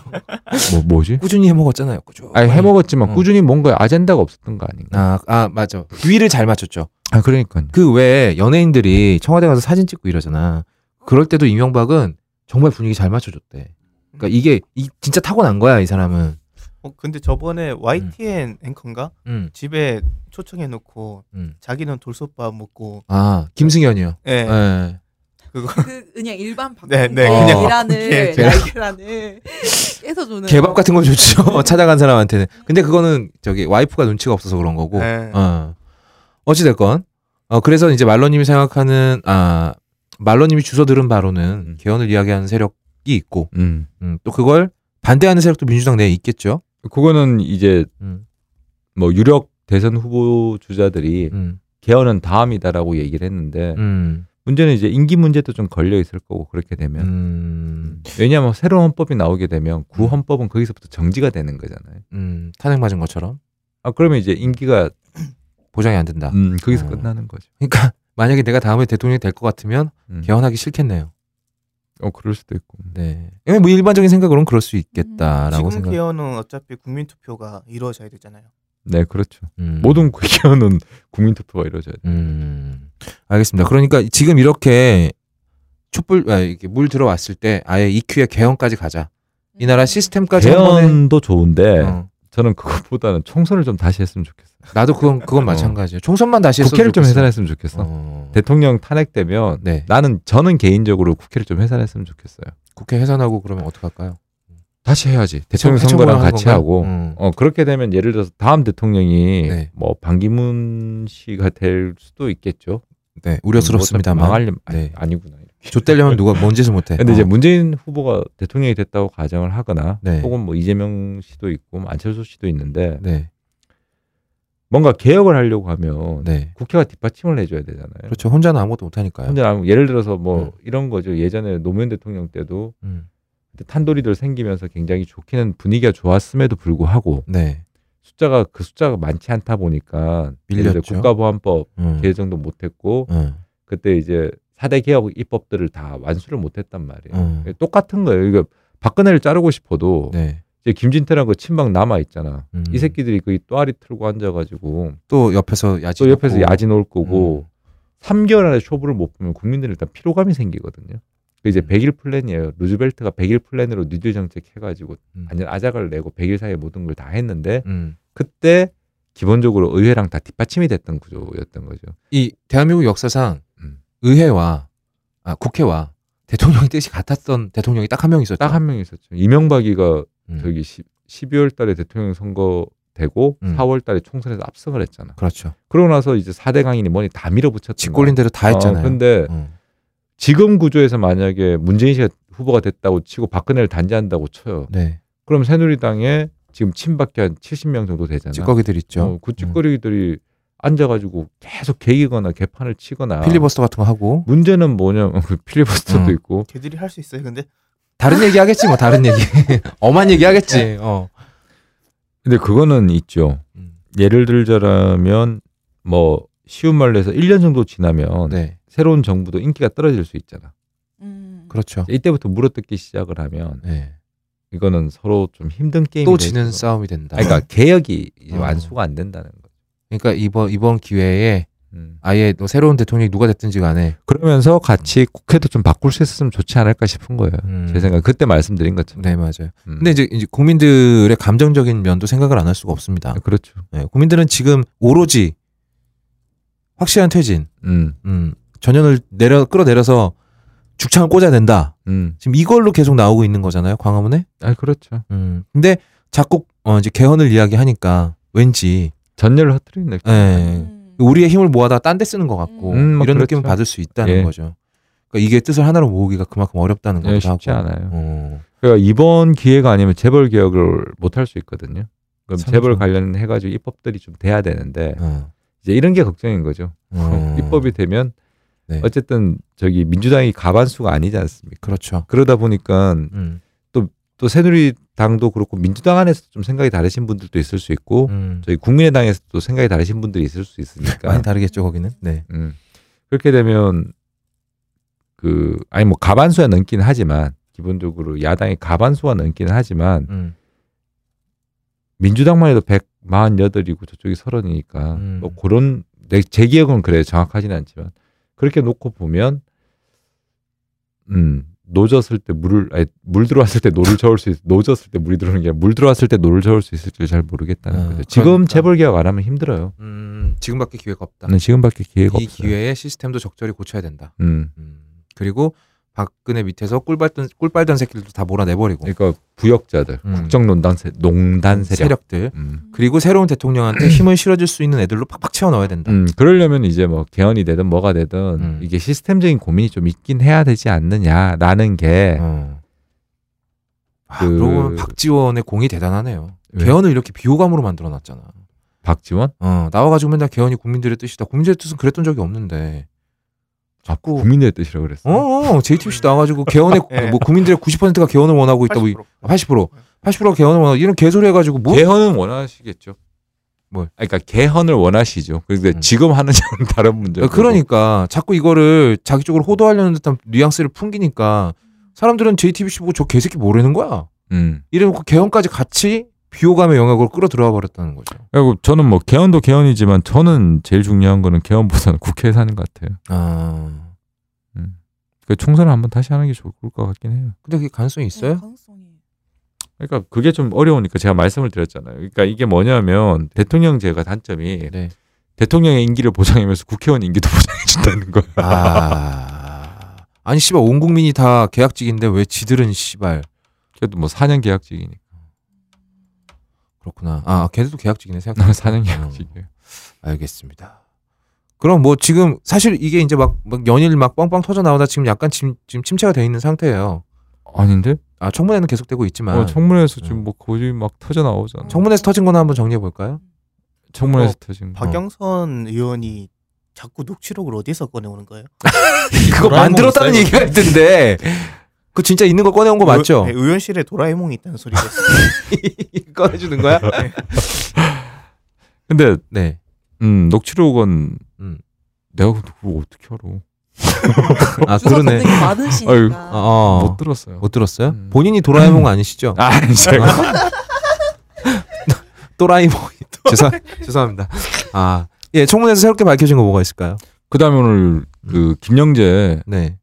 S5: 뭐 뭐지?
S1: 꾸준히 해먹었잖아요. 꾸준히.
S5: 뭐 아니 해먹었지만
S1: 어.
S5: 꾸준히 뭔가 아젠다가 없었던 거 아닌가?
S1: 아, 아, 맞아. 비위를 잘 맞췄죠.
S5: 아 그러니까요.
S1: 그 외에 연예인들이 청와대 가서 사진 찍고 이러잖아. 그럴 때도 이명박은 정말 분위기 잘 맞춰줬대. 그러니까 이게 이- 진짜 타고난 거야 이 사람은.
S3: 어, 근데 저번에
S2: 음.
S3: YTN 앵커인가
S1: 음,
S3: 집에 초청해놓고
S1: 음.
S3: 자기는 돌솥밥 먹고
S1: 아 김승현이요.
S3: 예.
S5: 네.
S1: 예.
S4: 그 그냥 일반 어. 밥
S3: 네, 네,
S1: 그냥
S4: 계란을
S3: 밥- 계란.
S4: [LAUGHS] 계란을 깨서 주는
S1: 개밥 같은 건
S5: 네.
S1: 좋죠. [LAUGHS] 찾아간 사람한테는. 근데 그거는 저기 와이프가 눈치가 없어서 그런 거고.
S5: 네.
S3: 예.
S1: 어. 어찌됐건. 어, 그래서 이제 말로님이 생각하는, 아, 말로님이 주소 들은 바로는
S5: 음.
S1: 개헌을 이야기하는 세력이 있고,
S5: 음.
S1: 음, 또 그걸 반대하는 세력도 민주당 내에 있겠죠.
S5: 그거는 이제
S1: 음,
S5: 뭐 유력 대선 후보 주자들이
S1: 음,
S5: 개헌은 다음이다라고 얘기를 했는데
S1: 음,
S5: 문제는 이제 임기 문제도 좀 걸려 있을 거고 그렇게 되면
S1: 음,
S5: 왜냐하면 새로운 헌법이 나오게 되면 구 헌법은 거기서부터 정지가 되는 거잖아요.
S1: 음, 탄핵 맞은 것처럼
S5: 아 그러면 이제 임기가
S1: 보장이 안 된다.
S5: 음, 거기서
S1: 어.
S5: 끝나는 거죠.
S1: 그러니까 [LAUGHS] 만약에 내가 다음에 대통령이 될 것 같으면
S5: 음.
S1: 개헌하기 싫겠네요.
S5: 어 그럴 수도 있고.
S1: 네. 이건 뭐 일반적인 생각으로는 그럴 수 아, 있겠다라고
S3: 지금
S1: 생각.
S3: 개헌은 어차피 국민투표가 이루어져야 되잖아요.
S5: 네 그렇죠.
S1: 음.
S5: 모든 개헌은 [LAUGHS] 국민투표가 이루어져야 돼.
S1: 음, 알겠습니다. 그러니까 지금 이렇게 촛불 아, 이렇게 물 들어왔을 때 아예 EQ의 개헌까지 가자.
S4: 음.
S1: 이 나라 시스템까지 한 번에
S5: 개헌도 좋은데
S1: 아, 어,
S5: 저는 그것보다는 총선을 좀 다시 했으면 좋겠어.
S1: 나도 그건 그건 마찬가지예요. 총선만 다시 했어도
S5: 국회를 좀
S1: 좋겠어요.
S5: 해산했으면 좋겠어.
S1: 어,
S5: 대통령 탄핵되면
S1: 네.
S5: 나는 저는 개인적으로 국회를 좀 해산했으면 좋겠어요.
S1: 국회 해산하고 그러면 어떡 할까요?
S5: 다시 해야지. 대통령 선거랑 같이 하고.
S1: 음.
S5: 어 그렇게 되면 예를 들어서 다음 대통령이
S1: 네.
S5: 뭐 반기문 씨가 될 수도 있겠죠.
S1: 네. 우려스럽습니다만.
S5: 뭐 망할 일
S1: 네.
S5: 아니구나. 이렇게.
S1: 좆되려면 누가 뭔 짓을 못 해.
S5: 근데
S1: 어.
S5: 이제 문재인 후보가 대통령이 됐다고 가정을 하거나
S1: 네.
S5: 혹은 뭐 이재명 씨도 있고 뭐 안철수 씨도 있는데
S1: 네.
S5: 뭔가 개혁을 하려고 하면
S1: 네.
S5: 국회가 뒷받침을 해줘야 되잖아요.
S1: 그렇죠. 혼자는 아무것도 못 하니까요.
S5: 근데 아무- 예를 들어서 뭐
S1: 음.
S5: 이런 거죠. 예전에 노무현 대통령 때도
S1: 음.
S5: 그때 탄도리들 생기면서 굉장히 좋기는 분위기가 좋았음에도 불구하고
S1: 네.
S5: 숫자가 그 숫자가 많지 않다 보니까 예를 들어
S1: 밀렸죠.
S5: 국가보안법
S1: 음.
S5: 개정도 못했고
S1: 음.
S5: 그때 이제 4대 개혁 입법들을 다 완수를 못했단 말이에요.
S1: 음.
S5: 똑같은 거예요. 이거 박근혜를 자르고 싶어도
S1: 네.
S5: 이제 김진태랑 그 친박 남아 있잖아.
S1: 음.
S5: 이 새끼들이 그 또아리 틀고 앉아가지고
S1: 또 옆에서 야지.
S5: 또 옆에서
S1: 넣고. 음.
S5: 야지 놓을 거고 3개월 안에 쇼부를 못 보면 국민들은 일단 피로감이 생기거든요. 그 이제
S1: 음.
S5: 100일 플랜이에요. 루즈벨트가 100일 플랜으로 뉴딜 정책 해가지고
S1: 음.
S5: 완전 아작을 내고 100일 사이에 모든 걸 다 했는데
S1: 음.
S5: 그때 기본적으로 의회랑 다 뒷받침이 됐던 구조였던 거죠.
S1: 이 대한민국 역사상
S5: 음.
S1: 의회와 아, 국회와 대통령이 뜻이 같았던 대통령이 딱 한 명 있었죠.
S5: 딱 한 명 있었죠. 이명박이가
S1: 음.
S5: 저기 1 2월 달에 대통령 선거 되고
S1: 음.
S5: 4월 달에 총선에서 압승을 했잖아.
S1: 그렇죠.
S5: 그러고 나서 이제 4대 강인이 뭐니 다 밀어붙였던
S1: 직골린 대로 다
S5: 거야.
S1: 했잖아요.
S5: 음. 어, 근데
S1: 음.
S5: 지금 구조에서 만약에 문재인 씨가 후보가 됐다고 치고 박근혜를 단죄한다고 쳐요.
S1: 네. 그럼
S5: 그럼 새누리당에 지금 친박계 한 70명 정도 되잖아.
S1: 찌꺼기들 있죠. 음.
S5: 어, 그 찌꺼리들이 앉아가지고 계속 개기거나 개판을 치거나.
S1: 음. 필리버스터 같은 거 하고
S5: 문제는 뭐냐 [LAUGHS] 필리버스터도
S1: 음.
S5: 있고
S3: 걔들이 할 수 있어요. 근데
S1: 다른 얘기 하겠지 뭐 다른
S5: [LAUGHS]
S1: 얘기. 엄한 얘기
S5: 네,
S1: 하겠지. 어.
S5: 근데 그거는 있죠
S1: 음.
S5: 예를 들자라면 뭐 쉬운 말로 해서 1년 정도 지나면
S1: 네.
S5: 새로운 정부도 인기가 떨어질 수 있잖아
S4: 음.
S1: 그렇죠.
S5: 이때부터 물어뜯기 시작을 하면
S1: 네.
S5: 이거는 서로 좀 힘든 게임이
S1: 또
S5: 될
S1: 지는
S5: 거-
S1: 싸움이 된다.
S5: 아니, 그러니까 개혁이 이제
S1: 어.
S5: 완수가 안 된다는 거죠
S1: 그러니까 이번 이번 기회에
S5: 음.
S1: 아예 또 새로운 대통령이 누가 됐든지 간에
S5: 그러면서 같이 국회도 좀 바꿀 수 있었으면 좋지 않을까 싶은 거예요
S1: 음.
S5: 제 생각 그때 말씀드린 것처럼
S1: 네 맞아요.
S5: 음.
S1: 근데 이제, 이제 국민들의 감정적인 면도 생각을 안 할 수가 없습니다.
S5: 그렇죠
S1: 네, 국민들은 지금 오로지 확실한 퇴진,
S5: 음,
S1: 음, 전연을 내려 끌어내려서 죽창을 꽂아야 된다.
S5: 음.
S1: 지금 이걸로 계속 나오고 있는 거잖아요, 광화문에.
S5: 아 그렇죠
S1: 음, 근데 자꾸 어, 이제 개헌을 이야기하니까 왠지
S5: 전열을 흐트리는 느낌
S1: 예,
S4: 음.
S1: 우리의 힘을 모아다 딴 데 쓰는 것 같고
S5: 음, 뭐
S1: 이런
S5: 그렇죠.
S1: 느낌을 받을 수 있다는
S5: 예.
S1: 거죠. 그러니까 이게 뜻을 하나로 모으기가 그만큼 어렵다는
S5: 예,
S1: 거기도
S5: 쉽지
S1: 하고.
S5: 않아요
S1: 어,
S5: 그러니까 이번 기회가 아니면 재벌 개혁을 못 할 수 있거든요. 그럼
S1: 참 그렇죠.
S5: 재벌
S1: 좋네.
S5: 관련해 가지고 입법들이 좀 돼야 되는데
S1: 어,
S5: 이제 이런 게 걱정인 거죠. [LAUGHS]
S1: 어.
S5: 입법이 되면
S1: 네.
S5: 어쨌든 저기 민주당이 가반수가 아니지 않습니까?
S1: 그렇죠.
S5: 그러다 보니까
S1: 음,
S5: 또 새누리당도 그렇고 민주당 안에서 좀 생각이 다르신 분들도 있을 수 있고
S1: 음.
S5: 저희 국민의당에서도 생각이 다르신 분들이 있을 수 있으니까
S1: 많이 다르겠죠 거기는. 네.
S5: [LAUGHS] 음. 그렇게 되면 그 아니 뭐 가반수가 넘기는 하지만 기본적으로 야당이 가반수가 넘기는 하지만
S1: 음.
S5: 민주당만 해도 148이고 저쪽이 30이니까
S1: 음.
S5: 뭐 그런 내 제 기억은 그래 정확하진 않지만 그렇게 놓고 보면 음 노졌을 때 물을 아니, 물 들어왔을 때 노를 저을 수 있, 노졌을 때 물이 들어오는 게 아니라 물 들어왔을 때 노를 저을 수 있을지 잘 모르겠다는
S2: 아,
S5: 거죠. 지금
S2: 그러니까.
S5: 재벌 개혁 안 하면 힘들어요.
S1: 음, 지금밖에 기회가 없다.
S5: 나는 지금밖에 네, 기회가
S1: 이
S5: 없어요.
S1: 기회에 시스템도 적절히 고쳐야 된다.
S5: 음.
S1: 음, 그리고 박근혜 밑에서 꿀빨던 꿀빨던 새끼들도 다 몰아내버리고
S5: 그러니까 부역자들,
S1: 음.
S5: 국정 농단 세, 농단 세력.
S1: 들
S5: 음.
S1: 그리고 새로운
S5: [CLEARS THROAT]
S1: 대통령한테 힘을 실어줄 수 있는 애들로 팍팍 채워 넣어야 된다.
S5: 음, 그러려면 이제 뭐 개헌이 되든 뭐가 되든
S1: 음.
S5: 이게 시스템적인 고민이 좀 있긴 해야 되지 않느냐라는 게
S1: 어. 아,
S5: 그-
S1: 그러고 보면 박지원의 공이 대단하네요.
S5: 왜?
S1: 개헌을 이렇게 비호감으로 만들어놨잖아.
S5: 박지원
S1: 어, 나와가지고 맨날 개헌이 국민들의 뜻이다. 국민들의 뜻은 그랬던 적이 없는데. 자꾸
S5: 국민의 뜻이라고 그랬어.
S1: 어, 어 JTBC 나와가지고 [LAUGHS] 개헌의
S3: 예.
S1: 뭐 국민들의 90%가 개헌을 원하고 있다. 80%.
S3: 80%.
S1: 뭐 80%, 80%가 개헌을 원하고 이런 개소리 해가지고 뭐
S5: 개헌은 원하시겠죠.
S1: 뭘?
S5: 아니, 그러니까 개헌을 원하시죠. 근데
S1: 음.
S5: 지금 하느냐는 [LAUGHS] 다른 문제.
S1: 어, 그러니까 자꾸 이거를 자기 쪽으로 호도하려는 듯한 뉘앙스를 풍기니까 사람들은 JTBC 보고 저 개새끼 모르는 거야.
S5: 음.
S1: 이래놓고 개헌까지 같이 비호감의 영역으로 끌어들어와 버렸다는 거죠.
S5: 그리고 저는 뭐 개헌도 개헌이지만 저는 제일 중요한 거는 개헌보다는 국회에서 하는 것 같아요.
S1: 아,
S5: 그 총선을 한번 다시 하는 게 좋을 것 같긴 해요.
S1: 근데 그게 가능성이
S5: 네,
S1: 있어요?
S4: 가능성이.
S5: 그러니까 그게 좀 어려우니까 제가 말씀을 드렸잖아요. 그러니까 이게 뭐냐면 대통령제가 단점이
S1: 네.
S5: 대통령의 인기를 보장하면서 국회의원 인기도 [LAUGHS] 보장해준다는 거야.
S1: 아, 아니 씨발 온 국민이 다 계약직인데 왜 지들은 씨발
S5: 그래도 뭐 4년 계약직이니까.
S1: 그렇구나. 아, 걔들도 계약직이네
S5: [LAUGHS]
S1: 생각.
S5: 4년 계약직이에요.
S1: 알겠습니다. 그럼 뭐 지금 사실 이게 이제 막, 막 연일 막 빵빵 터져 나오다 지금 약간 침, 지금 침체가 돼 있는 상태예요.
S5: 어. 아닌데?
S1: 아 청문회는 계속되고 있지만
S5: 어, 청문회에서 지금 뭐 거의 막 터져 나오잖아.
S4: 청-
S1: 청문회에서 터진 거나 한번 정리해 볼까요?
S5: 청문회에서
S3: 어,
S5: 터진 거.
S3: 박영선 의원이 자꾸 녹취록을 어디서 꺼내오는 거예요?
S1: [LAUGHS] 그거
S2: 도라에몽
S1: 만들었다는
S2: 사이버-
S1: 얘기가 있던데 그 진짜 있는 거 꺼내온 거 맞죠?
S5: 어,
S1: 아,
S3: 의, 네, 의원실에 도라에몽이 있다는 소리가 있어요.
S1: [LAUGHS] 꺼내주는 거야?
S5: 네. 근데
S1: 네.
S5: 음, 녹취록은
S1: 음.
S5: 내가 그걸 어떻게 알아?
S1: 아
S4: 주사
S1: 그러네.
S4: 전등이 많으시니까.
S5: 아유,
S1: 어,
S5: 못 들었어요.
S1: 못 들었어요?
S5: 음.
S1: 본인이 도라에몽 아니시죠?
S5: 아,
S1: [LAUGHS]
S5: 제가
S1: 또라이몽. [LAUGHS] 죄송 죄송합니다. 아 예, 청문회에서 새롭게 밝혀진 거 뭐가 있을까요?
S5: 그다음에 오늘 그 김영재가
S1: 네,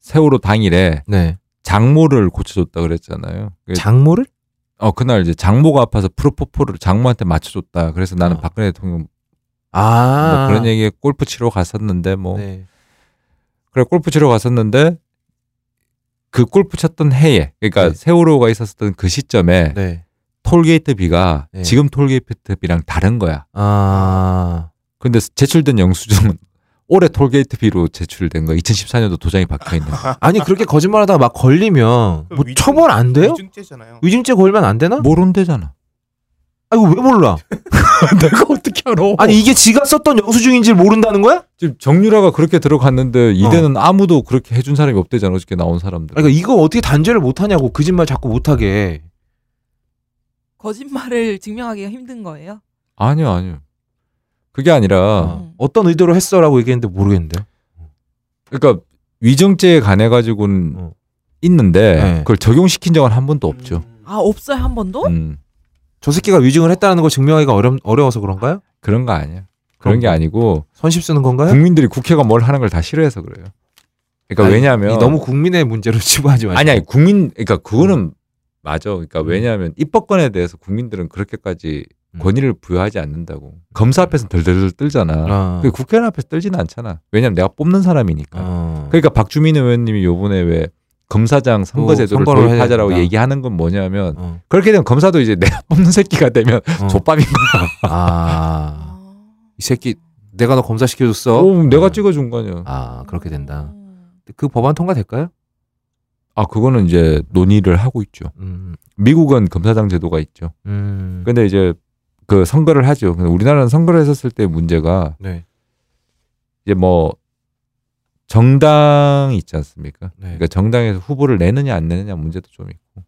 S5: 세월호 당일에
S1: 네.
S5: 장모를 고쳐줬다 그랬잖아요. 그
S1: 장모를?
S5: 어 그날 이제 장모가 아파서 프로포폴을 장모한테 맞춰줬다. 그래서 나는
S1: 어.
S5: 박근혜 대통령
S1: 아
S5: 뭐 그런 얘기에 골프 치러 갔었는데 뭐
S1: 네.
S5: 그래 골프 치러 갔었는데 그 골프 쳤던 해에 그러니까
S1: 네.
S5: 세월호가 있었던 그 시점에
S1: 네.
S5: 톨게이트 비가
S1: 네.
S5: 지금 톨게이트 비랑 다른 거야.
S1: 아
S5: 근데 제출된 영수증은 올해 톨게이트 비로 제출된 거 2014년도 도장이 박혀 있는 거.
S1: 아니 그렇게 거짓말하다가 막 걸리면 뭐
S3: 위증-
S1: 처벌 안 돼요?
S3: 위증죄잖아요.
S1: 위증죄 걸면 안 되나?
S5: 모른대잖아.
S1: 아 이거 왜 몰라?
S5: 내가 어떻게 알아?
S1: 아니 이게 지가 썼던 영수증인지 모른다는 거야?
S5: 지금 정유라가 그렇게 들어갔는데 이대는 아무도 그렇게 해준 사람이 없대잖아. 어저께 나온 사람들.
S1: 그러니까 이거 어떻게 단죄를 못 하냐고 그 거짓말 자꾸 못 하게.
S4: 거짓말을 증명하기가 힘든 거예요.
S5: 아니요, 아니요. 그게 아니라,
S4: 음.
S1: 어떤 의도로 했어라고 얘기했는데 모르겠는데.
S5: 그러니까 위정죄에 관해 가지고는
S1: 어.
S5: 있는데
S1: 네.
S5: 그걸 적용시킨 적은 한
S2: 뭐
S5: 번도 없죠.
S6: 음.
S4: 아 없어요 한 번도?
S5: 음,
S1: 저 새끼가 위증을 했다는 걸 증명하기가 어려 어려워서 그런가요?
S5: 그런 거 아니야. 그런 게 아니고
S1: 선심 쓰는 건가요?
S5: 국민들이 국회가 뭘 하는 걸 다 싫어해서 그래요. 그러니까
S1: 아니,
S5: 왜냐하면
S1: 이 너무 국민의 문제로 [LAUGHS] 치부하지 마시고. 어.
S5: 아니 아니 국민 그러니까 그거는 맞아. 그러니까 왜냐하면 입법권에 대해서 국민들은 그렇게까지
S1: 음.
S5: 권위를 부여하지 않는다고. 검사 앞에서 덜덜덜 떨잖아.
S1: 아.
S5: 그 국회의원 앞에서 떨지는 않잖아. 왜냐하면 내가 뽑는 사람이니까.
S1: 어.
S5: 그러니까 박주민 의원님이 요번에 왜 검사장 선거제도를
S1: 어, 선거를 해야
S5: 도입하자라고
S1: 된다.
S5: 얘기하는 건 뭐냐면
S1: 어.
S5: 그렇게 되면 검사도 이제 [LAUGHS] 내가 뽑는 새끼가 되면
S1: 어.
S5: 좆밥인 거야.
S1: 아.
S4: 아.
S1: 이 새끼 내가 너 검사 시켜줬어.
S5: 오, 내가 찍어준 거 아니야.
S1: 아 그렇게 된다.
S4: 음.
S1: 그 법안 통과될까요?
S5: 아 그거는 이제 논의를 하고 있죠.
S1: 음.
S5: 미국은 검사장 제도가 있죠.
S1: 음.
S5: 근데 이제 그 선거를 하죠. 근데 우리나라는 선거를 했었을 때 문제가
S1: 네.
S5: 이제 뭐 정당이 있지 않습니까?
S1: 네.
S5: 그러니까 정당에서 후보를 내느냐 안 내느냐 문제도 좀 있고.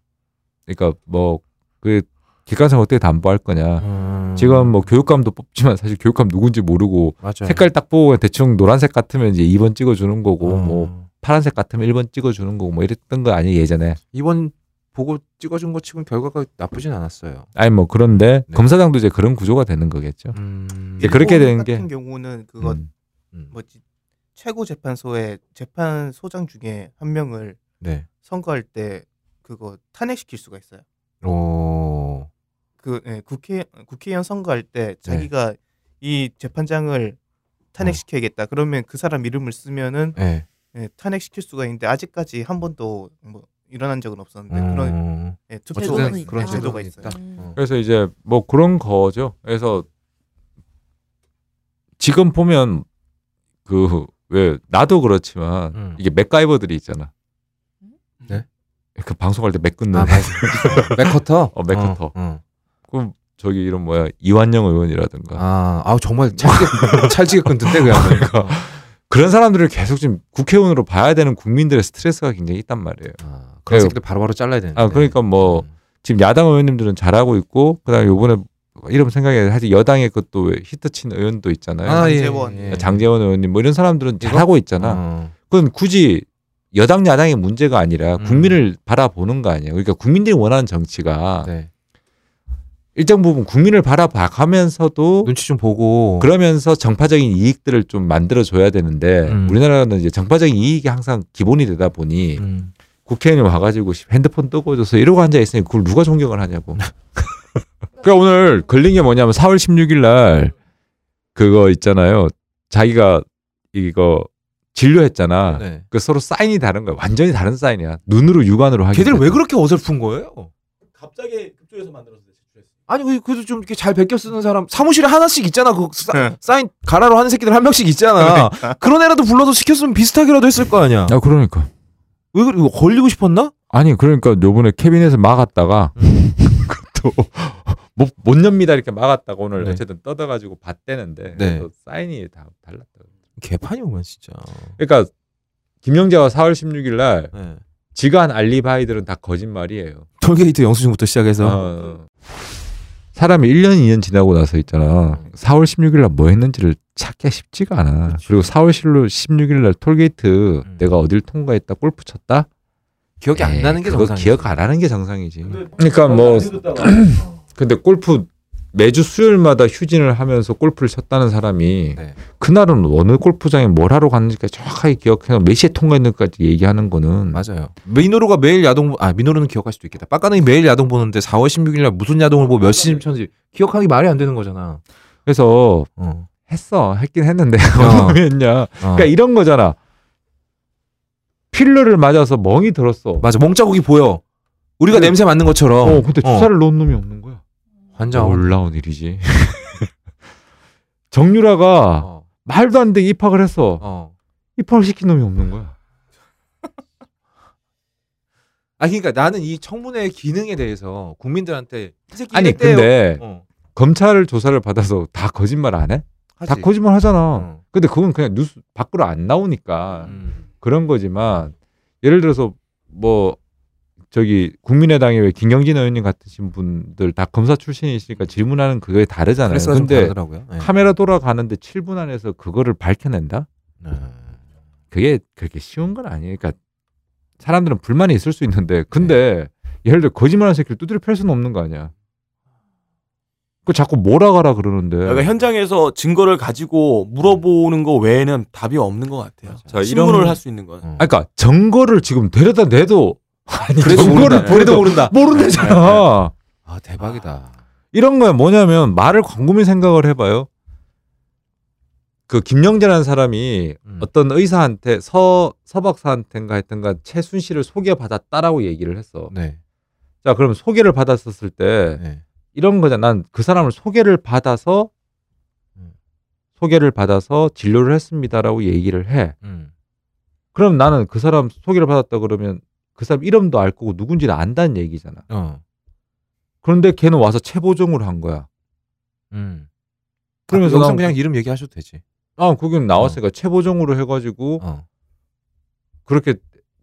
S5: 그러니까 뭐 그 기관성 어떻게 담보할 거냐.
S1: 음.
S5: 지금 뭐 교육감도 뽑지만 사실 교육감 누군지 모르고
S1: 맞아요.
S5: 색깔 딱 보고 대충 노란색 같으면 이제 2번 찍어주는 거고
S1: 어.
S5: 뭐 파란색 같으면 1번 찍어주는 거고 뭐 이랬던 거 아니에요 예전에
S1: 이번 보고 찍어준 것 치곤 결과가 나쁘진 않았어요.
S5: 아니 뭐 그런데
S1: 네.
S5: 검사장도 이제 그런 구조가 되는 거겠죠. 이제 예, 그렇게
S3: 일본
S5: 되는 게-
S3: 같은 경우는 그거
S5: 음.
S1: 음.
S3: 뭐지 최고 재판소의 재판 소장 중에 한 명을
S1: 네.
S3: 선거할 때 그거 탄핵시킬 수가 있어요.
S1: 오.
S3: 그 예, 국회 국회의원 선거할
S1: 네.
S3: 때 자기가 이 재판장을 탄핵시켜야겠다. 그러면 그 사람 이름을 쓰면은
S1: 네.
S3: 예, 탄핵시킬 수가 있는데 아직까지 한 번도 뭐 일어난 적은 없었는데 네, 그런
S1: 음.
S3: 예,
S1: 어쨌든
S3: 투표제도가
S4: 제도는
S3: 있-
S1: 그런
S4: 있다.
S3: 제도가
S1: 제도가
S3: 있어요.
S1: 있다.
S4: 음.
S1: 어.
S5: 그래서 이제 뭐 그런 거죠. 그래서 지금 보면 그 왜 나도 그렇지만
S1: 음.
S5: 이게 맥가이버들이 있잖아.
S1: 네?
S5: 그 방송할 때맥 끊는
S1: 아, 맞아. 맥커터?
S5: 어, 맥커터.
S1: 어, 어.
S5: 그럼 [LAUGHS] 저기 이런 뭐야 이완영 의원이라든가
S1: 아, 아 정말
S5: [LAUGHS]
S1: 찰지게, 찰지게 끊던데, 그 양반.
S5: 그러니까 그런 사람들을 계속 지금 국회의원으로 봐야 되는 국민들의 스트레스가 굉장히 있단 말이에요.
S1: 아, 그런
S5: 네.
S1: 새끼들 바로바로 잘라야 되는데.
S5: 아, 그러니까 뭐
S1: 음.
S5: 지금 야당 의원님들은 잘하고 있고 그다음에 요번에 이름 생각해 사실 여당의 것도 왜 히트친 의원도 있잖아요.
S1: 아, 예,
S3: 장제원.
S1: 예.
S5: 장재원 의원님 뭐 이런 사람들은
S1: 이거?
S5: 잘하고 있잖아.
S1: 어.
S5: 그건 굳이 여당 야당의 문제가 아니라
S1: 음.
S5: 국민을 바라보는 거 아니에요. 그러니까 국민들이 원하는 정치가
S1: 네.
S5: 일정 부분 국민을 바라봐가면서도
S1: 눈치 좀 보고.
S5: 그러면서 정파적인 이익들을 좀 만들어줘야 되는데
S1: 음.
S5: 우리나라는 이제 정파적인 이익이 항상 기본이 되다 보니
S1: 음.
S5: 국회의원이 와가지고 핸드폰 뜨고 줘서 이러고 앉아 있으니 그걸 누가
S1: [LAUGHS]
S5: 존경을 하냐고. 그러니까 오늘 걸린 게 뭐냐면 4월 16일 날 그거 있잖아요. 자기가 이거 진료했잖아.
S1: 네.
S5: 그 서로 사인이 다른 거야. 완전히 다른 사인이야. 눈으로 육안으로 하기.
S1: 걔들 왜 그렇게 어설픈 거예요?
S2: 갑자기 급조해서 만들어서 제출했어.
S1: 아니 그- 그래도 좀 이렇게 잘 베껴 쓰는 사람 사무실에 하나씩 있잖아 그 사,
S3: 네.
S1: 사인 가라로 하는 새끼들 한 명씩 있잖아 그런 애라도 불러서 시켰으면 비슷하게라도 했을 거 아니야
S5: 아 그러니까.
S1: 왜 그래 이거 걸리고 싶었나?
S5: 아니 그러니까 요번에 캐비넷에 막았다가
S1: 음.
S5: [LAUGHS] 그것도 못, 못 엽니다 이렇게 막았다가 오늘
S1: 네.
S5: 어쨌든 뜯어가지고 봤대는데
S1: 네.
S5: 그래서 사인이 다 달랐다.
S1: 개판이구만 진짜
S5: 그러니까 김영자가 4월 16일 날
S1: 네.
S5: 지가 한 알리바이들은 다 거짓말이에요.
S1: 톨게이트 영수증부터 시작해서
S5: 어. 사람이 1년, 2년 지나고 나서 있잖아. 4월 16일 날 뭐 했는지를 찾기가 쉽지가 않아.
S1: 그치.
S5: 음. 그리고 4월 16일 날 톨게이트
S1: 음.
S5: 내가 어딜 통과했다, 골프 쳤다?
S1: 기억이 안
S5: 에이,
S1: 나는 게
S5: 네, 그거
S1: 정상이지
S5: 기억 안 하는 게 정상이지.
S2: 음.
S5: 그러니까 뭐 근데 골프 매주 수요일마다 휴진을 하면서 골프를 쳤다는 사람이
S1: 네.
S5: 그날은 어느 골프장에 뭘 하러 갔는지까지 정확하게 기억해서 몇 시에 통과했는지까지 얘기하는 거는
S1: 맞아요 민호로가 매일 야동 아 민호로는 기억할 수도 있겠다 빡가능이 매일 야동 보는데 4월 16일 날 무슨 야동을 보고 몇 시쯤 쳤는지 기억하기 말이 안 되는 거잖아
S5: 그래서
S1: 어.
S5: 했어 했긴 했는데 [LAUGHS]
S1: 어. [LAUGHS]
S5: 뭐였냐 그러니까 이런 거잖아 필러를 맞아서 멍이 들었어
S1: 맞아 몸자국이 보여 우리가
S5: 그-
S1: 냄새 맡는 것처럼
S5: 어 근데 주사를 놓은 놈이 없는 거야
S1: 환장
S5: 놀라운 일이지 [LAUGHS] 정유라가
S1: 어.
S5: 말도 안 되게 입학을 했어
S1: 어.
S5: 입학을 시킨 놈이 없는 거야
S1: 아 그러니까 나는 이 청문회 기능에 대해서 국민들한테 이 새끼
S5: 아니
S1: 이랬대요.
S5: 근데
S1: 어,
S5: 검찰을 조사를 받아서 다 거짓말 안 해?
S1: 하지.
S5: 다 거짓말 하잖아.
S1: 어.
S5: 근데 그건 그냥 뉴스 밖으로 안 나오니까
S1: 음.
S5: 그런 거지만 예를 들어서 뭐 저기 국민의당에 왜 김경진 의원님 같으신 분들 다 검사 출신이시니까 질문하는 그게 다르잖아요.
S1: 클래스가 좀
S5: 근데
S1: 다르더라고요. 네.
S5: 카메라 돌아가는데 7분 안에서 그거를 밝혀낸다?
S1: 네.
S5: 그게 그렇게 쉬운 건 아니에요. 그러니까 사람들은 불만이 있을 수 있는데 근데 예를 들어 거짓말하는 새끼를 두드려 팰 수는 없는 거 아니야. 그 자꾸 몰아가라 그러는데.
S2: 그러니까 현장에서 증거를 가지고 물어보는 거 외에는 답이 없는 것 같아요.
S1: 맞아.
S5: 자,
S2: 신문을
S5: 이런-
S2: 할 수 있는
S6: 음.
S2: 건.
S1: 어.
S5: 아, 그러니까 정거를 지금 데려다 내도 아니 [LAUGHS]
S2: 그래도
S5: 정거를
S2: 모른다.
S5: 보내도
S1: 모른다.
S5: 모른다잖아.
S1: 아 대박이다.
S5: 이런 거야 뭐냐면 말을 광범위 생각을 해봐요. 그 김영재라는 사람이
S1: 음.
S5: 어떤 의사한테 서 서박사한테인가 했던가 최순 씨를 소개받았다라고 얘기를 했어.
S1: 네.
S5: 자, 그럼 소개를 받았었을 때
S1: 네.
S5: 이런 거잖아. 난 그 사람을 소개를 받아서
S1: 음.
S5: 소개를 받아서 진료를 했습니다라고 얘기를 해.
S1: 음.
S5: 그럼 나는 그 사람 소개를 받았다 그러면 그 사람 이름도 알 거고 누군지는 안다는 얘기잖아.
S1: 어.
S5: 그런데 걔는 와서 체보정을 한 거야.
S1: 음. 그러면서
S5: 그러면서
S1: 아,
S5: 난-
S1: 그 그냥 이름 얘기하셔도 되지.
S5: 아, 그건 나왔으니까 체보정으로 해가지고
S1: 어.
S5: 그렇게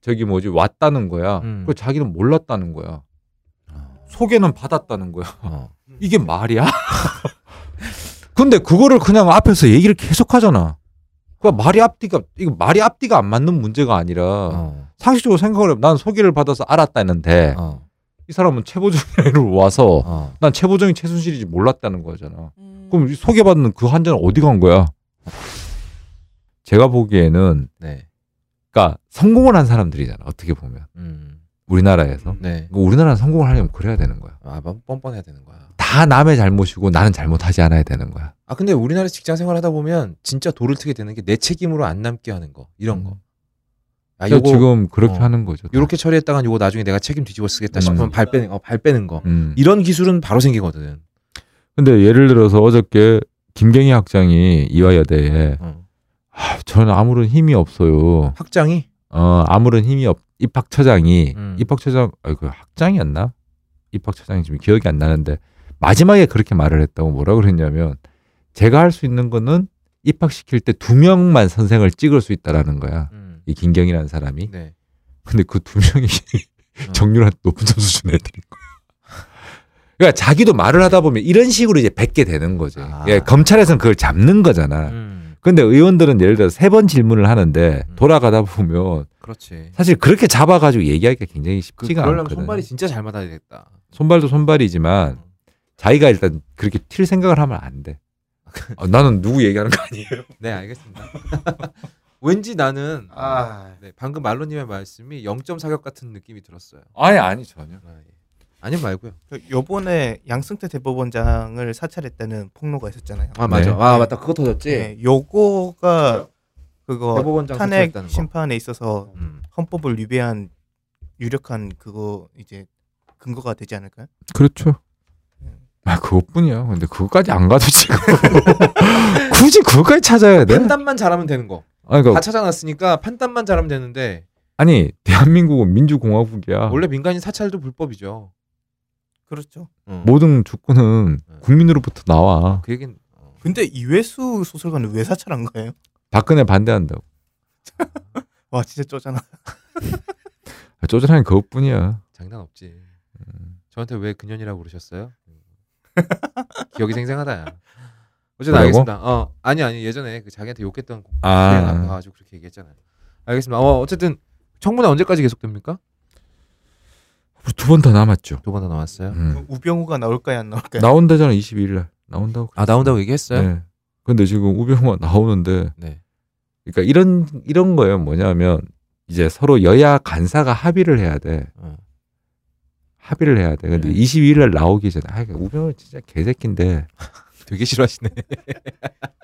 S5: 저기 뭐지 왔다는 거야.
S1: 음.
S5: 그 자기는 몰랐다는 거야.
S1: 어.
S5: 소개는 받았다는 거야.
S1: 어.
S5: 이게 말이야? [LAUGHS] 근데 그거를 그냥 앞에서 얘기를 계속 하잖아. 그러니까 말이 앞뒤가 이거 말이 앞뒤가 안 맞는 문제가 아니라
S1: 어.
S5: 상식적으로 생각을 해난 소개를 받아서 알았다는데
S1: 어.
S5: 이 사람은 최보정이를 [LAUGHS] 와서
S1: 어.
S5: 난 최보정이 최순실인지 몰랐다는 거잖아.
S4: 음.
S5: 그럼 이 소개받는 그 한자는 어디 간 거야? 제가 보기에는
S1: 네.
S5: 그러니까 성공을 한 사람들이잖아. 어떻게 보면
S1: 음.
S5: 우리나라에서
S1: 네.
S5: 그러니까 우리나라는 성공을 하려면 그래야 되는 거야.
S1: 아, 뻔- 뻔뻔해야 되는 거야.
S5: 다 남의 잘못이고 나는 잘못하지 않아야 되는 거야.
S1: 아, 근데 우리나라 직장 생활하다 보면 진짜 도를 트게 되는 게 내 책임으로 안 남게 하는 거. 이런 거. 아,
S5: 그래서
S1: 요거
S5: 지금 그렇게
S1: 어.
S5: 하는 거죠. 다.
S1: 요렇게 처리했다간 요거 나중에 내가 책임 뒤집어 쓰겠다
S5: 음.
S1: 싶으면 발 빼는 어, 발 빼는 거.
S5: 음.
S1: 이런 기술은 바로 생기거든.
S5: 근데 예를 들어서 어저께 김경희 학장이 이화여대에
S1: 어.
S5: 아, 저는 아무런 힘이 없어요.
S1: 학장이
S5: 어, 아무런 힘이 없. 입학처장이
S1: 음.
S5: 입학처장 아이고 학장이었나? 입학처장이 지금 기억이 안 나는데 마지막에 그렇게 말을 했다고 뭐라 그랬냐면 제가 할 수 있는 거는 입학시킬 때 두 명만 선생을 찍을 수 있다라는 거야.
S1: 음.
S5: 이 김경이라는 사람이.
S1: 네.
S5: 근데 그 두 명이
S1: 어.
S5: 정률한 높은 점수 준 애들인 거야. 그러니까 자기도 말을 하다 보면 이런 식으로 이제 뱉게 되는 거지.
S1: 아.
S5: 예, 검찰에서는 그걸 잡는 거잖아.
S1: 음.
S5: 근데 의원들은 예를 들어 서 세 번 질문을 하는데
S1: 음.
S5: 돌아가다 보면
S1: 그렇지.
S5: 사실 그렇게 잡아가지고 얘기하기가 굉장히
S1: 그,
S5: 쉽지가
S1: 그러려면
S5: 않거든.
S1: 손발이 진짜 잘 맞아야 되겠다. 어.
S5: 손발도 손발이지만 자기가 일단 그렇게 튈 생각을 하면 안 돼. 어, 나는 누구 얘기하는 거 아니에요.
S1: 네, 알겠습니다. [LAUGHS] 왠지 나는
S3: 아,
S1: 네, 방금 말로님의 말씀이 0점 사격 같은 느낌이 들었어요.
S5: 아니 아니 전혀.
S1: 아, 예. 아니 말고요.
S3: 그 요번에 양승태 대법원장을 사찰했다는 폭로가 있었잖아요.
S1: 아
S5: 맞아.
S1: 아 맞다. 그거 터졌지. 어,
S3: 네, 요거가 그거
S1: 대법원장
S3: 탄핵
S1: 사퇴했다는 거.
S3: 심판에 있어서
S1: 음.
S3: 헌법을 위배한 유력한 그거 이제 근거가 되지 않을까요?
S5: 그렇죠. 아 그것뿐이야. 근데 그거까지 안 가도 [LAUGHS] 지금 굳이 그거까지 찾아야 돼?
S1: 네? 판단만 잘하면 되는 거.
S5: 아니,
S1: 다
S5: 그러니까,
S1: 찾아놨으니까 판단만 잘하면 되는데
S5: 아니 대한민국은 민주공화국이야.
S1: 원래 민간인 사찰도 불법이죠.
S3: 그렇죠.
S1: 음.
S5: 모든 주권은 국민으로부터 나와.
S1: 그 얘긴 어.
S3: 근데 이회수 소설가는 왜 사찰한 거예요?
S5: 박근혜 반대한다고.
S3: 와 진짜 쪼잖아.
S5: 아, 쪼잔한 게 그것뿐이야.
S1: 장난 없지. 저한테 왜 근연이라고 [LAUGHS] 그러셨어요? 음. 기억이 생생하다. 어쨌든
S5: 뭐라고?
S1: 알겠습니다. 어 아니 아니 예전에 그 자기한테 욕했던 아
S5: 아,
S1: 가지고 그렇게 얘기했잖아요. 알겠습니다. 어 어쨌든 청문회 언제까지 계속됩니까?
S5: 두 번 더 남았죠.
S1: 두 번 더 나왔어요.
S5: 음.
S3: 우병우가 나올까요 안
S5: 그러니까.
S3: 나올까요?
S5: 나온다잖아 22일 날 나온다고.
S1: 아 나온다고 얘기했어요?
S5: 네. 근데 지금 우병우가 [LAUGHS] 나오는데,
S1: 네.
S5: 그러니까 이런 이런 거예요. 뭐냐면 이제 서로 여야 간사가 합의를 해야 돼.
S1: 어.
S5: 합의를 해야 돼. 근데
S1: 네.
S5: 22일 날 나오기 전에 아, 우병우 진짜 개새끼인데
S1: [LAUGHS] 되게 싫어하시네.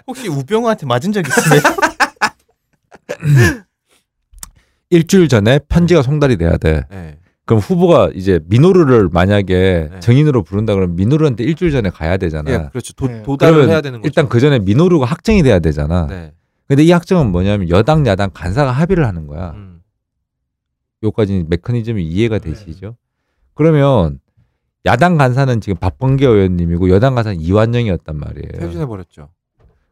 S3: 혹시 우병우한테 맞은 적 있으세요?
S5: 일주일 전에 편지가 송달이 돼야 돼.
S1: 네.
S5: 그럼 후보가 이제 민호루를 만약에
S1: 네.
S5: 정인으로 부른다 그러면 민호루한테 일주일 전에 가야 되잖아.
S1: 예, 그렇죠. 도,
S3: 네.
S1: 도달을 해야 되는 거죠.
S5: 일단 그 전에 민호루가 확정이 돼야 되잖아.
S1: 네.
S5: 근데 이 확정은 뭐냐면 여당 야당 간사가 합의를 하는 거야.
S1: 음.
S5: 요까지 메커니즘이 이해가
S1: 네.
S5: 되시죠? 그러면 야당 간사는 지금 박범계 의원님이고 여당 간사는 이완영이었단 말이에요.
S1: 퇴진해 버렸죠.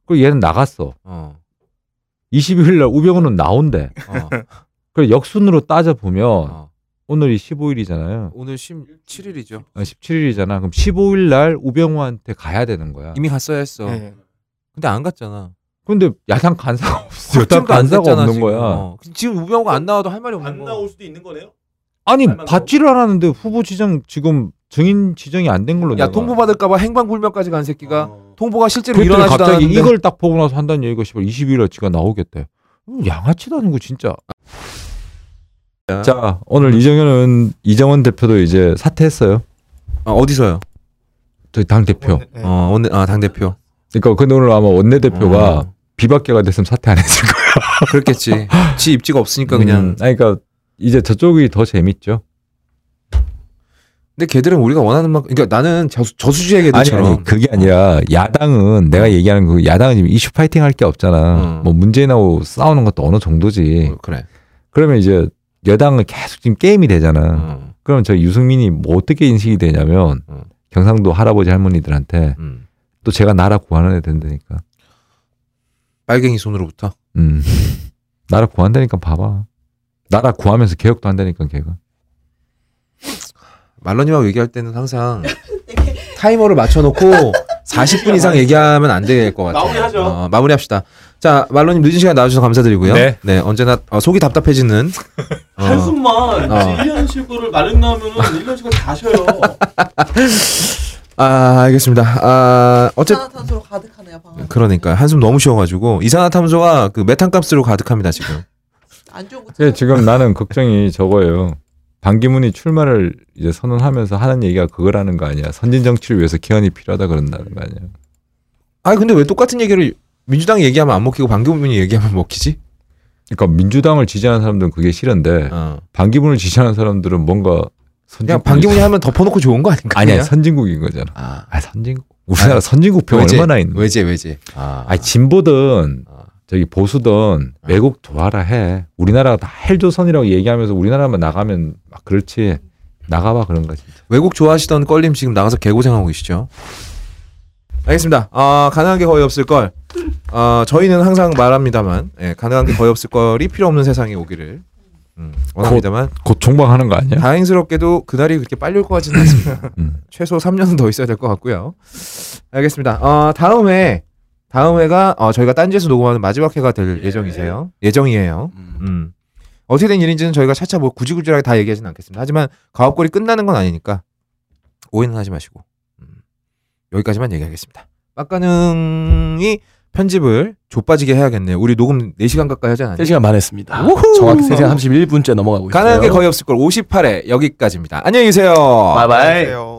S5: 그리고 얘는 나갔어.
S1: 어.
S5: 22일 날 우병우는 나온대.
S1: 어.
S5: 그래 역순으로 따져 보면
S1: 어.
S5: 오늘이 15일이잖아요.
S1: 오늘 17일이죠.
S5: 17일이잖아. 그럼 15일 날 우병우한테 가야 되는 거야.
S1: 아. 이미 갔어야 했어.
S3: 네.
S1: 근데 안 갔잖아.
S5: 근데
S1: [LAUGHS]
S5: 야당 간사가 없어. 여당
S1: 지금도 안
S5: 간사가
S1: 됐잖아,
S5: 없는
S1: 지금.
S5: 거야.
S1: 어. 지금 우병우가 안 나와도 할 말이 없는 거.
S2: 수도 있는 거네요.
S5: 아니
S2: 알만
S5: 받지를 않았는데 후보 지정 지금 증인 지정이 안 된 걸로
S1: 야
S5: 내가.
S1: 통보 받을까봐 행방불명까지 간 새끼가
S2: 어.
S1: 통보가 실제로
S5: 그랬더니
S1: 일어나지도
S5: 갑자기
S1: 않았는데
S5: 이걸 딱 보고 나서 한다는 얘기가 씨발 22일에 지가 나오겠대. 음, 양아치도 아니고 진짜. 자 오늘 이정현은 이정원 대표도 이제 사퇴했어요.
S1: 아, 어디서요?
S5: 저희 당 대표.
S3: 네.
S1: 어 오늘 아당 대표 어.
S5: 그러니까 근데 오늘 아마 원내 대표가
S1: 음.
S5: 비박계가 됐으면 사퇴 안 했을 거야.
S1: 그렇겠지. [LAUGHS] 지 입지가 없으니까 그냥.
S5: 음, 아니, 그러니까 이제 저쪽이 더 재밌죠.
S1: 근데 걔들은 우리가 원하는 만큼. 그러니까 나는 저수, 저수지의
S5: 아니,
S1: 걔들처럼. 어.
S5: 아니 그게 아니라 야당은 내가 얘기하는 그 야당은 지금 이슈 파이팅 할 게 없잖아.
S1: 음.
S5: 뭐 문재인하고 싸우는 것도 어느 정도지.
S1: 어, 그래.
S5: 그러면 이제 여당은 계속 지금 게임이 되잖아.
S1: 음,
S5: 그럼 저 유승민이 뭐 어떻게 인식이 되냐면
S1: 음.
S5: 경상도 할아버지 할머니들한테
S1: 음.
S5: 또 제가 나라 구하는 애 된다니까.
S1: 빨갱이 손으로부터.
S5: 음. [LAUGHS] 나라 구한다니까 봐봐. 나라 구하면서 개혁도 한다니까 걔가.
S1: 말러님하고 얘기할 때는
S2: [LAUGHS]
S1: 항상
S2: 네.
S1: 타이머를 맞춰놓고 40분 이상 얘기하면 안 될 것 같아요.
S2: 마무리하죠.
S1: 어, 마무리합시다. 자 말로님 늦은 시간 나와주셔서 감사드리고요.
S5: 네.
S1: 언제나 어, 속이
S2: [LAUGHS]
S1: 답답해지는 어,
S6: 한숨만
S1: 어.
S6: 1년 쉬고를 마른 나오면은 1년 쉬고 다 쉬어요.
S1: 아 알겠습니다. 아 어쨌
S4: 이산화탄소로 가득하네요 방안.
S1: 그러니까 한숨 너무 쉬어가지고 이산화탄소가 그 메탄 값으로 가득합니다 지금.
S4: 안 좋은 거.
S5: 근데 예, 지금 나는 걱정이 저거예요. 반기문이 출마를 이제 선언하면서 하는 얘기가 그거라는 거 아니야. 선진 정치를 위해서 개헌이 필요하다 그런다는 거 아니야.
S1: 아 근데 왜 똑같은 얘기를 민주당 얘기하면 안 먹히고 반기문이 얘기하면 먹히지?
S5: 그러니까 민주당을 지지하는 사람들은 그게 싫은데
S1: 어.
S5: 반기문을 지지하는 사람들은 뭔가 선진국이-
S1: 그냥 반기문이 하면 덮어놓고 좋은 거 아닌가?
S5: 네. 아니야 선진국인 거잖아.
S1: 아
S5: 아 선진국. 우리나라 선진국 병
S1: 그 외제,
S5: 얼마나 있는?
S1: 외제 외제. 아,
S5: 아 진보든
S1: 아.
S5: 저기 보수든 외국 좋아라 해. 우리나라가 다 헬조선이라고 얘기하면서 우리나라만 나가면 막 그렇지. 나가봐 그런 거 진짜.
S1: 외국 좋아하시던 껄림 지금 나가서 개고생하고 계시죠? 알겠습니다. 아, 가능한 게 거의 없을 걸. 아, 저희는 항상 말합니다만, 예, 가능한 게 거의 없을 걸이 필요 없는 세상이 오기를 음, 원합니다만,
S5: 곧 종방하는 거
S2: 예.
S5: 아니야?
S1: 다행스럽게도 그날이 그렇게 빨리 올 것 같지는 않습니다.
S5: 음.
S1: [LAUGHS] 최소 3년은 더 있어야 될 것 같고요. 알겠습니다. 어, 다음 회, 다음 회가 어, 저희가 딴지에서 녹음하는 마지막 회가 될
S6: 예.
S1: 예정이세요. 예정이에요. 음. 어떻게 된 일인지는 저희가 차차 뭐 굳이굳이하게 다 얘기하진 않겠습니다. 하지만 가업골이 끝나는 건 아니니까 오해는 하지 마시고 음. 여기까지만 얘기하겠습니다. 빡가능이 편집을 좆빠지게 해야겠네요. 우리 녹음 4시간 가까이 하지 않았나요?
S2: 네 3시간 반 했습니다.
S1: 우후!
S2: 정확히 3시간 31분째 넘어가고 있어요.
S1: 가능한 게 거의 없을 걸 58회 여기까지입니다. 안녕히 계세요.
S2: 바이바이.
S3: 안녕하세요.